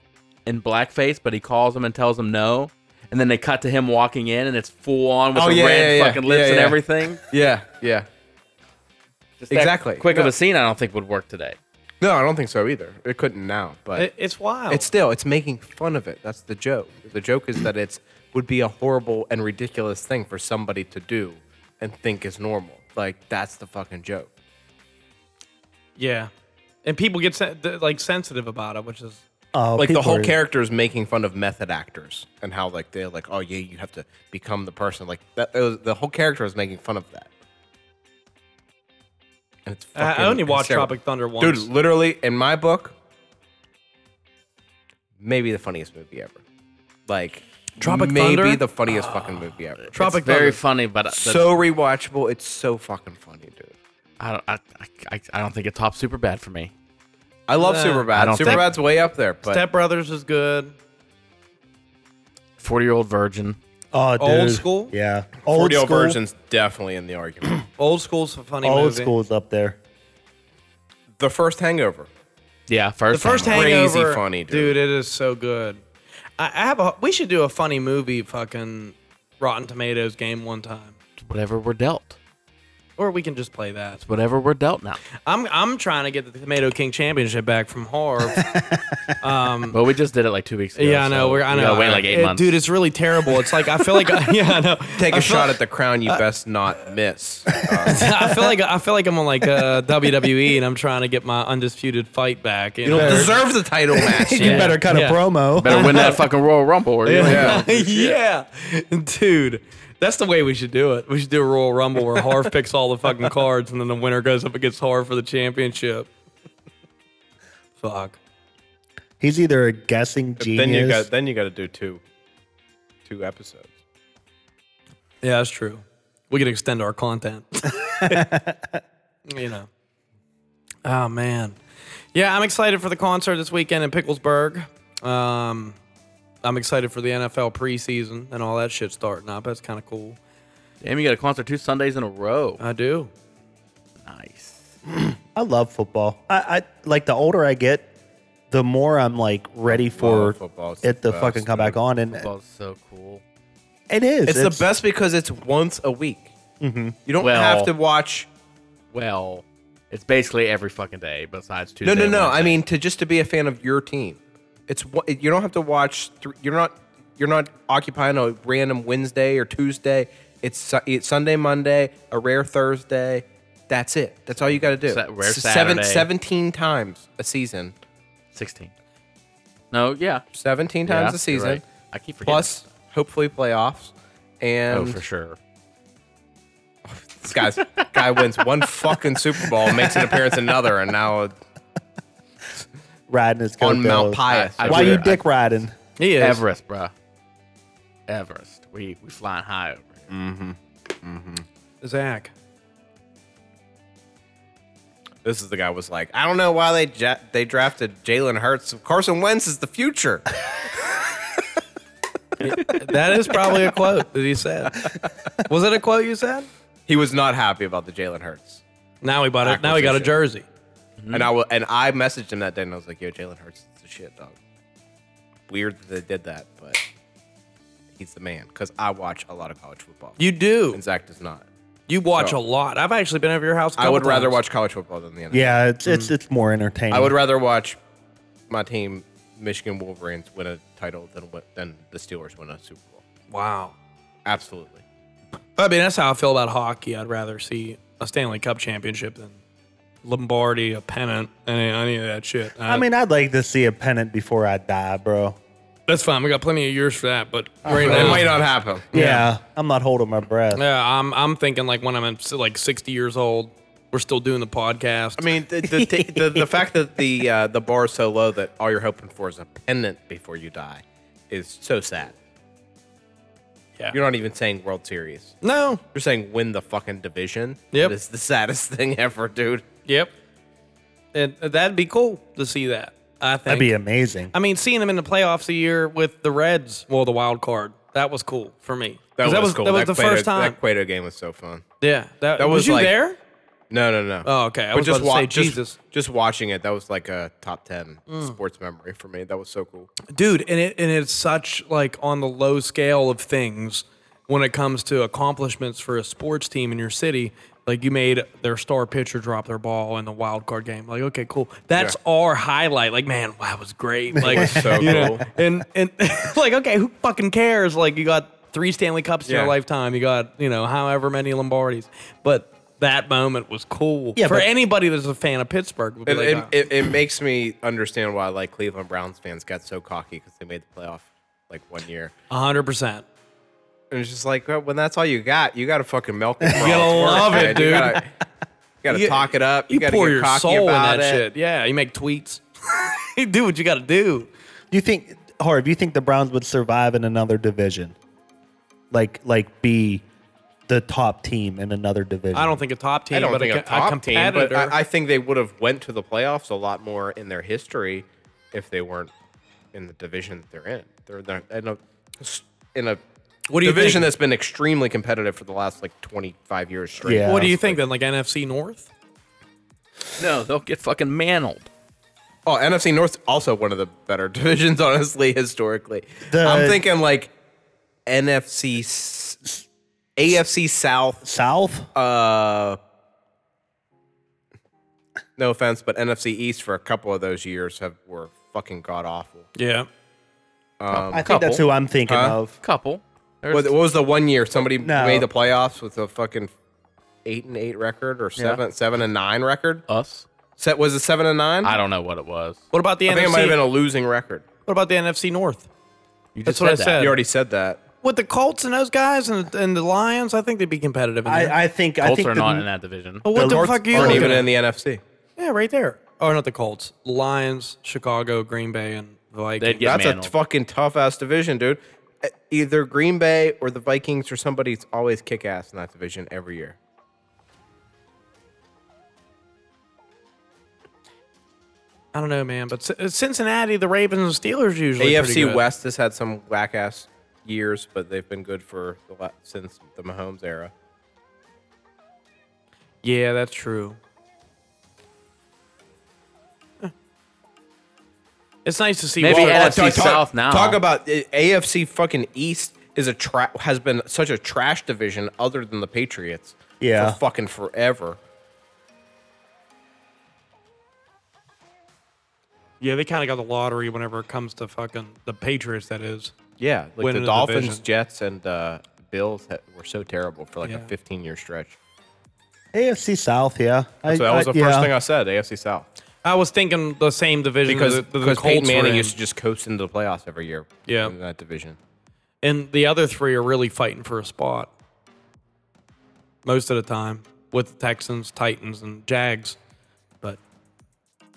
in blackface, but he calls him and tells him no, and then they cut to him walking in, and it's full on with Oh, the yeah, red yeah, yeah. fucking lips Yeah, and yeah. everything. Yeah. Yeah. <laughs> Just that Exactly. Quick of No. a scene, I don't think would work today. No, I don't think so either. It couldn't now, but It, it's wild. It's still it's making fun of it. That's the joke. The joke is that it's would be a horrible and ridiculous thing for somebody to do and think is normal. Like that's the fucking joke. yeah, and people get sen- th- like sensitive about it, which is Oh, Like the people whole are- character is making fun of method actors and how like they're like, oh yeah, you have to become the person. Like that, it was, the whole character is making fun of that. And it's I- fucking I only watched hysterical. Tropic Thunder once. Dude, literally in my book, maybe the funniest movie ever. Like Tropic maybe Thunder? the funniest fucking movie ever. Tropic It's very Thunder. funny, but uh, It's so rewatchable. It's so fucking funny, dude. I don't, I, I, I don't think it tops super bad for me. I love Uh, Superbad. I don't think- Superbad's way up there, but Step Brothers is good. Forty year old virgin. Oh, dude. Old school? Yeah. Old Old school. Version's definitely in the argument. Old School's a funny Old movie. school's up there. the first Hangover. Yeah, first. The first time. Crazy Hangover, funny, dude. It is so good. I, I have a. We should do a funny movie, fucking Rotten Tomatoes game one time, whatever we're dealt. or we can just play that. Whatever we're dealt now. I'm I'm trying to get the Tomato King Championship back from <laughs> Harv. But we just did it like two weeks ago. yeah, I know. so We're, I we know. gotta wait like eight It- months. dude. It's really terrible. It's like I feel like <laughs> yeah, I know. Take a a shot at the crown you best not miss. I feel like I feel like I'm on like uh, WWE and I'm trying to get my undisputed fight back. You You don't know? <laughs> deserve the <laughs> title match. You better cut Yeah. a promo. better <laughs> win that fucking Royal Rumble. Or you're like, Yeah. yeah, dude. That's the way we should do it. We should do a Royal Rumble where Harv picks all the fucking cards and then the winner goes up against Harv for the championship. Fuck. He's either a guessing genius. Then you got then you got to do two two episodes. Yeah, that's true. We could extend our content. <laughs> you know. Oh man. Yeah, I'm excited for the concert this weekend in Picklesburg. Um, I'm excited for the NFL preseason and all that shit starting up. That's kind of cool. Damn, you got a concert two Sundays in a row. I do. Nice. I love football. I, I like the older I get, the more I'm like ready for football's it to the fucking best, come back man. on, and Football's so cool. it is. It's, the best because it's once a week. You don't Well- have to watch. Well, it's basically every fucking day besides Tuesday. No, no, and no. Wednesday. I mean, to just to be a fan of your team, it's one- you don't have to watch. Th- you're not you're not occupying a random Wednesday or Tuesday. It's, Su- it's Sunday, Monday, a rare Thursday. That's it. That's all you got to do. Sa- rare S- seven- Saturday. 17 times a season. 16. No, yeah. 17 Yeah, times you're a season. right. I keep forgetting. Plus, hopefully playoffs. And oh, for sure. <laughs> this guy's guy wins one fucking Super Bowl, makes an appearance in another, and now riding his on coattails. Mount Pius. I- I Why do you that. dick riding? he is. Everest, bruh. Everest. We we flying high over here. Zach. This is the guy was like, I don't know why they ja- they drafted Jalen Hurts. Carson Wentz is the future. That is probably a quote that he said. Was it a quote you said? he was not happy about the Jalen Hurts, Now he bought it. Now he got a Acquisition. jersey. Hmm. and I will, and I messaged him that day, and I was like, Yo, Jalen Hurts is the shit, dog. Weird that they did that, but he's the man because I watch a lot of college football. You do. and Zach does not. You watch So- a lot. I've actually been over your house. I I would rather watch college football than the NFL. Yeah, it's it's it's more entertaining. I would rather watch my team, Michigan Wolverines, win a title than wi- than the Steelers win a Super Bowl. Wow. Absolutely. I mean, that's how I feel about hockey. I'd rather see a Stanley Cup championship than Lombardi, a pennant, any, any of that shit. Uh, I mean, I'd like to see a pennant before I die, bro. that's fine. We got plenty of years for that. But right It now, might not happen. Yeah, I'm not holding my breath. yeah, I'm I'm thinking like when I'm in, like 60 years old, we're still doing the podcast. I mean, the, the, t- the, the fact that the uh, the bar is so low that all you're hoping for is a pennant before you die is so sad. Yeah. You're not even saying World Series. no. You're saying win the fucking division. Yep. That is the saddest <laughs> thing ever, dude. Yep. And uh, that'd be cool to see that. I think That'd be amazing. I mean, seeing him in the playoffs a year with the Reds, well, the wild card, that was cool for me. 'Cause That was the Cueto- first time. That Cueto game was so fun. yeah, that, that was, was you like- there. No, no, no. Oh, okay. I But was about to say, just- Jesus. Mm. Just, watching it, that was like a top ten sports memory for me. That was so cool. dude and it and it's such like on the low scale of things when it comes to accomplishments for a sports team in your city like you made their star pitcher drop their ball in the wild card game like okay cool that's our highlight like man wow that was great like So you know, cool. and and <laughs> like okay who fucking cares like you got three stanley cups in your Yeah. lifetime you got you know however many lombardis but that moment was cool Yeah, for but- anybody that's a fan of pittsburgh would be It, like, it, "Oh." it, it makes me understand why like Cleveland Browns fans got so cocky because they made the playoff like one year. 100% And it's just like, well, when that's all you got, you got to fucking milk <laughs> it. You gotta love it, You dude. gotta, you gotta You- talk it up. You, You, gotta pour get your cocky soul in about that it. shit. Yeah, you make <laughs> tweets. you do what you got to do. Do you think, Harv? You think the Browns would survive in another division? Like, like be the top team in another division? I don't think a top team, I don't but think a, a, co- a top team, competitor. but I, I think they would have went to the playoffs a lot more in their history if they weren't in the division that they're in. They're, they're in a in a What do you division think? that's been extremely competitive for the last like 25 years straight. Yeah. what do you think then? Like NFC North? No, they'll get fucking mantled. Oh, NFC North also one of the better <laughs> divisions, honestly, historically. The- I'm thinking like NFC, s- AFC South. South. Uh, no offense, but NFC East for a couple of those years have were fucking god awful. Yeah. I think that's who I'm thinking Huh? of. Couple. There's What, what was the one year somebody No. made the playoffs with a fucking eight and eight record or seven seven and nine record? us. Set was it seven and nine? I don't know what it was. What about the I NFC? think it might have been a losing record. what about the NFC North? You That's just what I that. said. You already said that. With the Colts and those guys and, and the Lions, I think they'd be competitive. In there. I, I think. I Colts think are the- Oh, not in that division. but what the the, Colts fuck are you Aren't looking even at? in the NFC. Yeah, right there. Oh, not the Colts. Lions, Chicago, Green Bay, and Vikings. They'd get That's mantled. a fucking tough ass division, dude. E- Either Green Bay or the Vikings or somebody's always kick ass in that division every year. I don't know, man. But C- Cincinnati, the Ravens, and Steelers usually pretty AFC good. West has had some whack ass years, but they've been good for the la- since the Mahomes era. Yeah, that's true. It's nice to see. Maybe Walter- NFC South now. Talk about uh, AFC fucking East is a tra- has been such a trash division other than the Patriots. Yeah. For fucking forever. Yeah, they kind of got the lottery whenever it comes to fucking the Patriots. That is. Yeah, like Winning the the Dolphins, division. Jets, and uh, Bills ha- were so terrible for like a Yeah. 15 year stretch. AFC South, yeah. I- So that was I- the first yeah. thing I said, AFC South, I was thinking the same division because that the, that the because Peyton Colts were Manning in. used to just coast into the playoffs every year. Yeah. in that division. and the other three are really fighting for a spot most of the time with the Texans, Titans, and Jags. But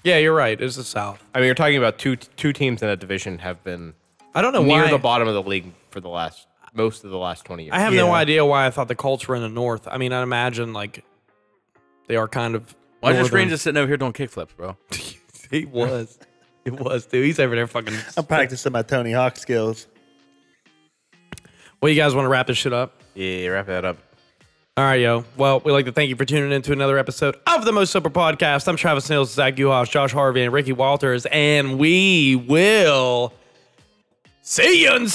yeah, you're right. It's the South. I mean, you're talking about two two teams in that division have been I don't know near why. the bottom of the league for the last most of the last 20 years. I have no Yeah. idea why I thought the Colts were in the North. I mean, I imagine like they are kind of. Why is your northern. screen just sitting over here doing kickflips, bro? <laughs> He was. It <laughs> was, dude. He's over there fucking. I'm practicing my Tony Hawk skills. Well, you guys want to wrap this shit up? yeah, wrap that up. All right, yo. Well, we'd like to thank you for tuning in to another episode of the Most Sober Podcast. I'm Travis Nils, Zach Duhas, Josh Harvey, and Ricky Walters, and we will see you.